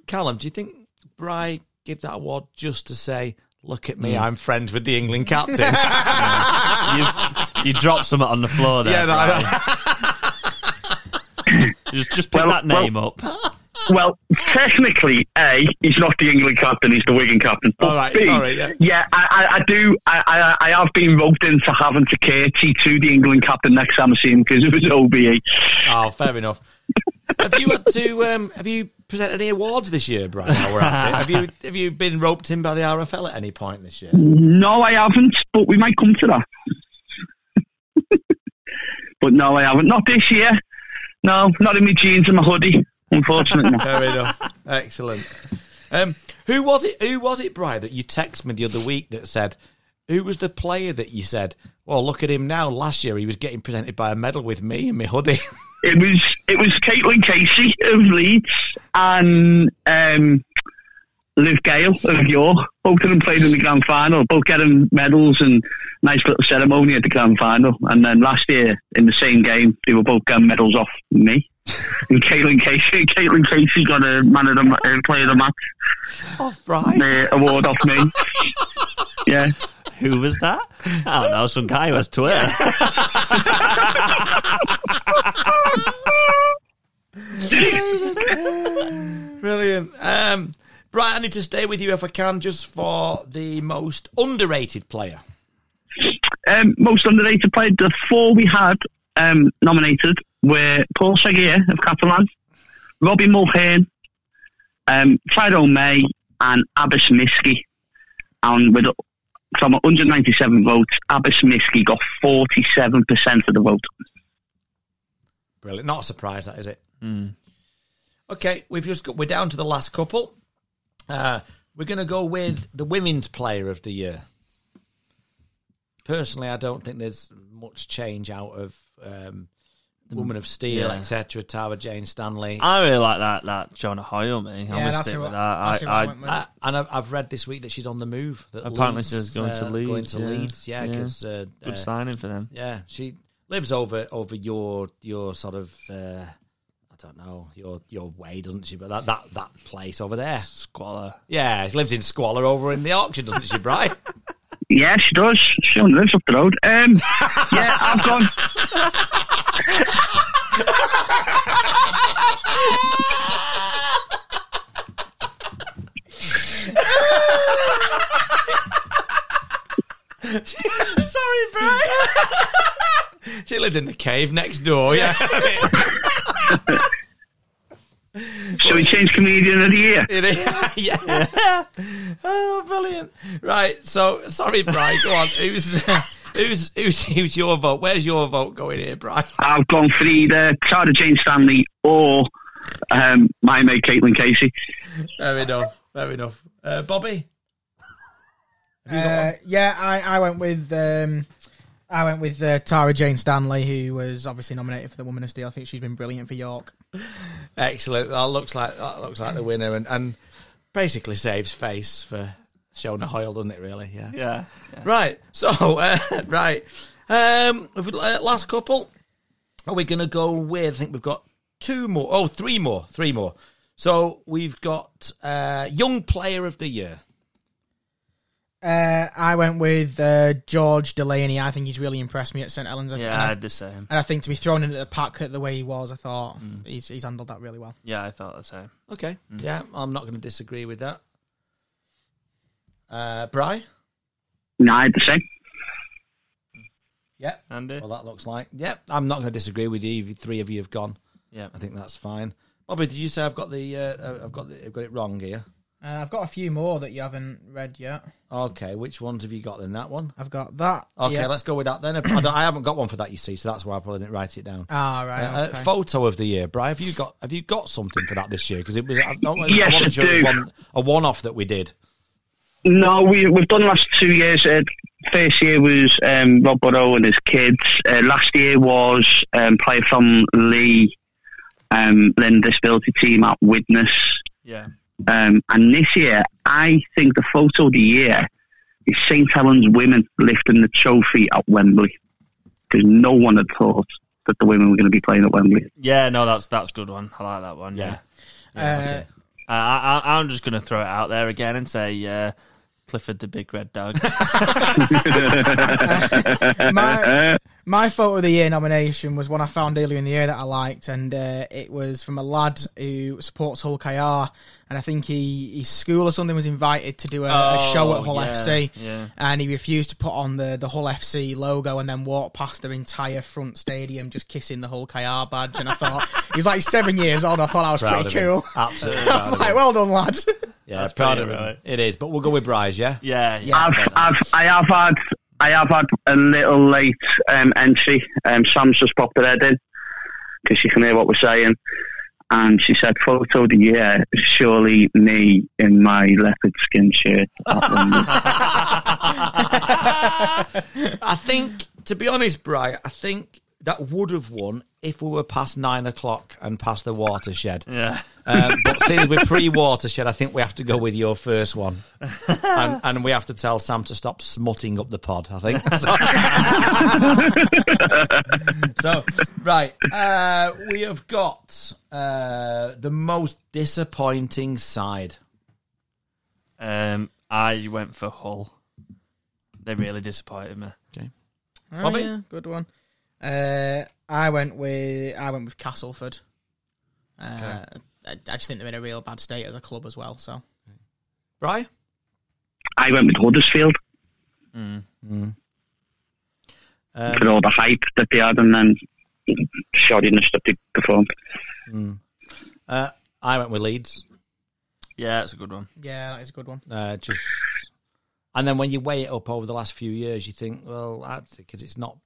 Callum? Do you think Bry give that award just to say, "Look at me,
Mm.
I'm friends with the England captain"? yeah,
you drop something on the floor there.
no, I don't-
Just, just pick
Well,
that name up.
Well, technically, A, he's not the England captain, he's the Wigan captain. But
All right,
B,
sorry, yeah.
I, I, I do, I, I, I have been roped into having to care to the England captain next time I see him because it was OBE.
oh, fair enough. Have you had to? Um, have you presented any awards this year, Bry? While we're at it, have you have you been roped in by the RFL at any point this year?
No, I haven't, but we might come to that. but no, I haven't. Not this year. No, not in my jeans and my hoodie, unfortunately.
Fair enough. Excellent. Um, who was it? Who was it, Bry, that you texted me the other week that said, "Who was the player that you said?" Well, look at him now. Last year, he was getting presented by a medal with me and my hoodie.
it was it was Caitlin Casey of Leeds and um, Liv Gale of York. Both of them played in the grand final. Both getting medals and nice little ceremony at the grand final. And then last year in the same game, they were both getting medals off me. And Caitlin Casey, Caitlin Casey got a man of the ma- uh, player of the match
Off, Bry.
uh, award off me. Yeah,
Who was that? I don't know. Some guy who has Twitter.
Brilliant. Um, Bry, I need to stay with you if I can, just for the most underrated player.
um, most underrated player. The four we had um, nominated were Paul Seguier of Catalan, Robbie Mulhane, um, Tyrone May, and Abbas Miski. And with from 197 votes, Abbas Miski got 47% of the vote.
Brilliant. Not a surprise, that is it.
Hmm.
Okay, we've just got, we're down to the last couple. Uh, we're going to go with the women's player of the year. Personally, I don't think there's much change out of um, Woman of Steel,
yeah.
etc. Tara Jane Stanley.
I really like that that Jonah Hoyle, me. I'm
Yeah,
gonna
that's
stick
who,
with that.
that's who I,
I, I,
went with.
Uh, and I've, I've read this week that she's on the move. That
Apparently
Leeds,
she's going to
uh,
Leeds,
Going to
yeah.
Leeds, yeah, uh,
Yeah.
because
good signing for them.
Yeah, she lives over over your your sort of uh, I don't know your your way, doesn't she? But that that that place over there.
Squalor.
Yeah, she lives in squalor over in the auction, doesn't she, Bri?
Yeah, she does. She only lives up the road. Um, yeah, I've gone.
Sorry, Bri. she lives in the cave next door. Yeah,
So we changed comedian of the year.
yeah. yeah. Oh, brilliant! Right, so sorry, Bri. Go on. Who's
Who's who's who's your vote? Where's your vote going here, Brian?
I've gone for either Tara Jane Stanley or um, my mate Caitlin Casey.
Fair enough. Fair enough. Uh, Bobby.
Uh, yeah, I, I went with um, I went with uh, Tara Jane Stanley, who was obviously nominated for the Woman of Steel. I think she's been brilliant for York.
Excellent. That looks like that looks like the winner, and, and basically saves face for Shona Hoyle, doesn't it? Really, yeah.
Yeah.
Right. So, uh, right. Um, if we- uh, last couple. Are we going to go with? I think we've got two more. Oh, three more. Three more. So we've got uh, young player of the year.
Uh, I went with uh, George Delaney. I think he's really impressed me at St Helens. I-
Yeah,
and,
I
I,
had the same.
and I think to be thrown into the pack the way he was, I thought
Hmm.
he's, he's handled that really well.
Yeah, I thought the same.
Okay. Yeah, I'm not going to disagree with that. Uh, Bry.
No, I had the same.
Yeah.
Andy?
Well, that looks like. Yeah, I'm not going to disagree with you. You Three of you have gone.
Yeah.
I think that's fine. Bobby, did you say I've got the uh, uh, I've got the, I've got it wrong here?
Uh, I've got a few more that you haven't read yet.
Okay, which ones have you got then? That one.
I've got that.
Okay,
yeah.
let's go with that then. I, don't- I haven't got one for that, you see, so that's why I probably didn't write it down.
Ah, right.
Uh,
okay.
uh, photo of the year, Brian. Have you got Have you got something for that this year? Because it was I, don't,
Yes,
I
I
wasn't sure it was
do.
one, a one off that we did.
No, we, we've done last two years. Uh, first year was um, Rob Burrow and his kids. Uh, last year was um, player from Lee, um, Lynn Disability Team at Witness.
Yeah.
Um, and this year, I think the photo of the year is St Helens women lifting the trophy at Wembley. Because no one had thought that the women were going to be playing at Wembley.
Yeah, no, that's that's a good one. I like that one. Yeah.
Uh,
Uh, I, I, I'm just going to throw it out there again and say uh, Clifford the Big Red Dog.
my my photo of the year nomination was one I found earlier in the year that I liked, and uh, it was from a lad who supports Hull KR, and I think he his school or something was invited to do a, a show
Oh,
at Hull
yeah,
FC,
yeah.
and he refused to put on the the Hull FC logo, and then walked past their entire front stadium just kissing the Hull KR badge, and I thought he was like seven years old. I thought that was
of
pretty
him.
cool.
Absolutely.
I
proud
was
of
like,
him.
well done, lad.
yeah, proud of
pretty
him.
right.
It is, but we'll go with Bry's. Yeah.
yeah,
Yeah.
yeah.
I've, I've, I have had, I have had a little late um, entry. Um, Sam's just popped her head in because she can hear what we're saying, and she said, "Photo of the year, surely me in my leopard skin shirt." at Wembley."
I think, to be honest, Bry, I think that would have won if we were past nine o'clock and past the watershed.
Yeah.
Um, but since we're pre-watershed, I think we have to go with your first one, and, and we have to tell Sam to stop smutting up the pod. I think. So, so right, uh, we have got uh, the most disappointing side.
Um, I went for Hull. They really disappointed me.
Oh,
Bobby?
yeah, good one. Uh, I went with I went with Castleford. Uh, I, I just think they're in a real bad state as a club as well. So
Right,
I went with Huddersfield for Um, all the hype that they had, and then shoddiness that they performed.
uh, I went with Leeds.
Yeah, it's a good one.
yeah, that is a good one.
Uh, just and then when you weigh it up over the last few years, you think, well, because it's not,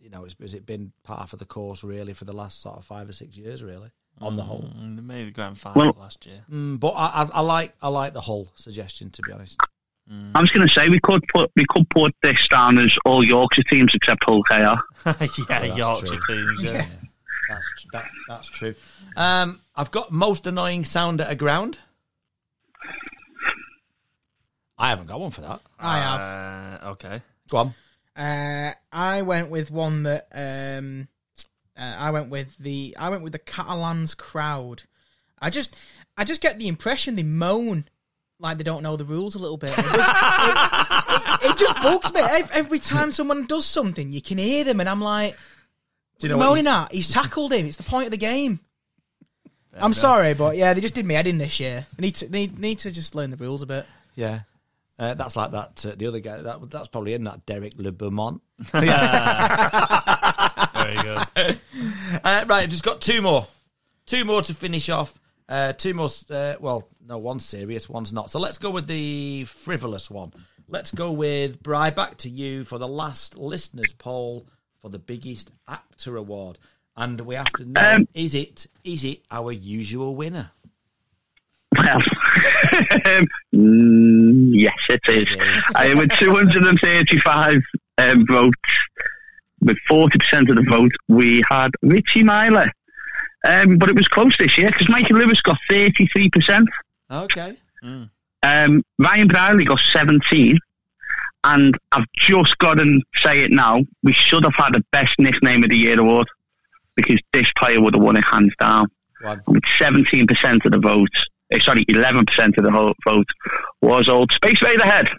you know, it's, has it been part of the course really for the last sort of five or six years, really, on the whole.
Mm, They made the grand final
Well-
last year.
Mm, but I, I, I like I like the whole suggestion to be honest.
I was going to say we could put we could put this down as all Yorkshire teams except Hull KR.
yeah,
that's
Yorkshire
true.
teams. Yeah.
That's that, that's true. Um, I've got most annoying sound at a ground. I haven't got one for that.
I have.
Uh, okay.
Go on.
Uh, I went with one that um, uh, I went with the I went with the Catalans crowd. I just I just get the impression they moan like they don't know the rules a little bit. It just, it, it just bugs me Ev- every time someone does something. You can hear them, and I'm like,
you know what
moaning at? He's tackled him. It's the point of the game. I'm sorry, but yeah, they just did me head in this year. They need to they need to just learn the rules a bit.
Yeah. Uh, that's like that. Uh, the other guy. That, that's probably in that Derek Le Beaumont.
Very good.
Uh, right, just got two more. Two more to finish off. Uh, two more. Uh, well, no, one's serious, one's not. So let's go with the frivolous one. Let's go with Bry. Back to you for the last listeners' poll for the biggest actor award, and we have to know:
Um,
is it is it our usual winner?
Well, um, mm, yes, it is. I with 235 um, votes, with 40% of the vote, we had Richie Myler. Um, but it was close this year because Mikey Lewis got 33%,
Okay.
um, Ryan Briley got 17 and I've just got to say it now, we should have had a Best Nickname of the Year award because this player would have won it hands down
One.
with 17% of the vote, eh, sorry, 11% of the whole vote was old Space Raider Head.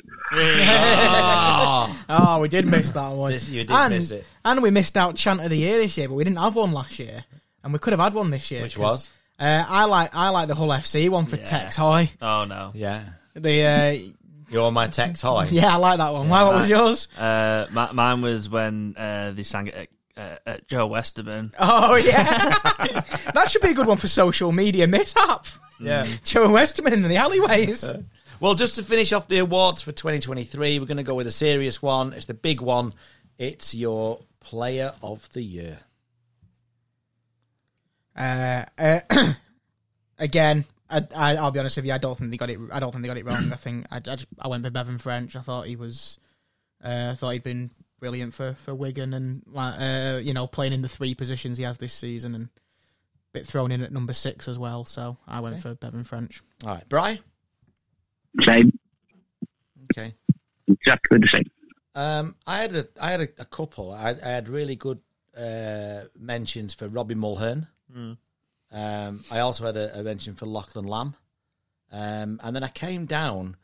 Ah,
Oh, we did miss that one.
This- you did
and,
miss it.
And we missed out Chant of the Year this year, but we didn't have one last year. And we could have had one this year.
Which
'cause,
was?
Uh, I like I like the Hull FC one for Tex Hoy.
Oh no.
yeah.
The uh,
You're my tech toy.
yeah, I like that one. Why? What was yours?
Uh, mi- mine was when uh, they sang it at, uh, at Joe Westerman.
Oh yeah, that should be a good one for social media mishap.
Yeah.
Joe Westerman in the alleyways.
Well, just to finish off the awards for 2023, we're going to go with a serious one. It's the big one. It's your player of the year.
Uh, uh, again, I, I, I'll be honest with you. I don't think they got it. I don't think they got it wrong. I think I, I just I went for Bevan French. I thought he was. Uh, I thought he'd been brilliant for for Wigan and like, uh, you know playing in the three positions he has this season and a bit thrown in at number six as well. So I went for Bevan French.
All right, Bry.
Same,
Okay.
exactly the same.
Um, I had a I had a, a couple. I, I had really good uh, mentions for Robbie Mulhern. Um, I also had a, a mention for Lachlan Lamb, um, and then I came down.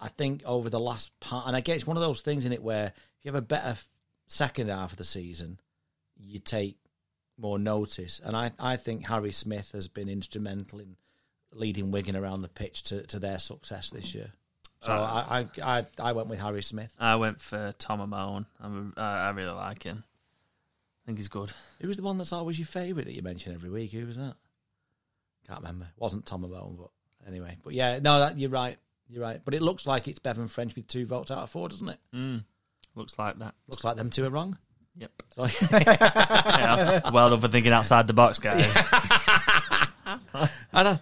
I think over the last part, and I guess it's one of those things in it where if you have a better f- second half of the season, you take more notice. And I, I think Harry Smith has been instrumental in leading Wigan around the pitch to, to their success this year. So I, I, I I went with Harry Smith.
I went for Tom Amon. I'm a, I, I really like him. I think he's good.
Who was the one that's always your favourite that you mention every week? Who was that? Can't remember. It wasn't Tom Malone, but anyway. But yeah, no, that, you're right. You're right. But it looks like it's Bevan French with two votes out of four, doesn't it?
Hmm. Looks like that.
Looks like them two are wrong.
Yep.
So,
Yeah, well done for thinking outside the box, guys.
and I,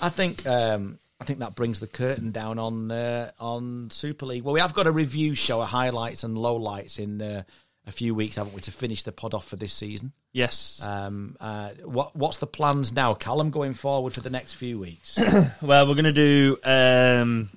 I think um, I think that brings the curtain down on uh, on Super League. Well, we have got a review show of highlights and lowlights in uh, a few weeks, haven't we, to finish the pod off for this season?
Yes.
Um, uh, what what's the plans now, Callum, going forward for the next few weeks?
Well, we're going to do um,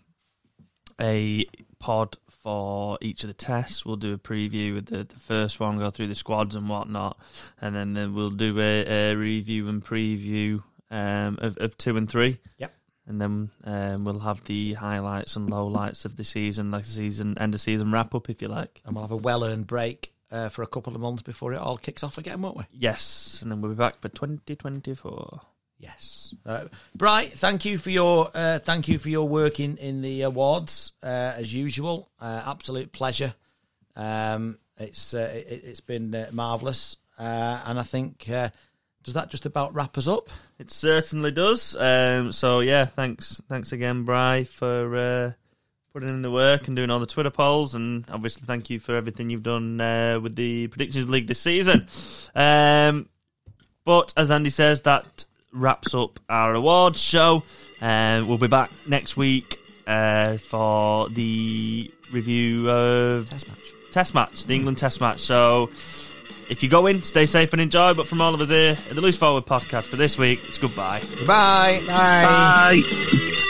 a pod for each of the tests. We'll do a preview with the, the first one, go through the squads and whatnot, and then, then we'll do a, a review and preview um, of, of two and three.
Yep.
And then um, we'll have the highlights and lowlights of the season, like season end of season wrap up, if you like.
and we'll have a well-earned break uh, for a couple of months before it all kicks off again, won't we?
Yes, and then we'll be back for 2024.
Yes. Uh, Bright, thank you for your uh, thank you for your work in in the awards uh, as usual. Uh, absolute pleasure. Um, it's uh, it, it's been uh, marvelous, uh, and I think uh, does that just about wrap us up.
It certainly does. Um, so yeah, thanks, thanks again, Bry, for uh, putting in the work and doing all the Twitter polls, and obviously thank you for everything you've done uh, with the predictions league this season. Um, but as Andy says, that wraps up our awards show. Um, we'll be back next week uh, for the review of
Test match.
Test match, the England Test match. So if you go in, stay safe and enjoy. But from all of us here at the Loose Forward podcast for this week, it's goodbye.
Bye.
Bye.
Bye.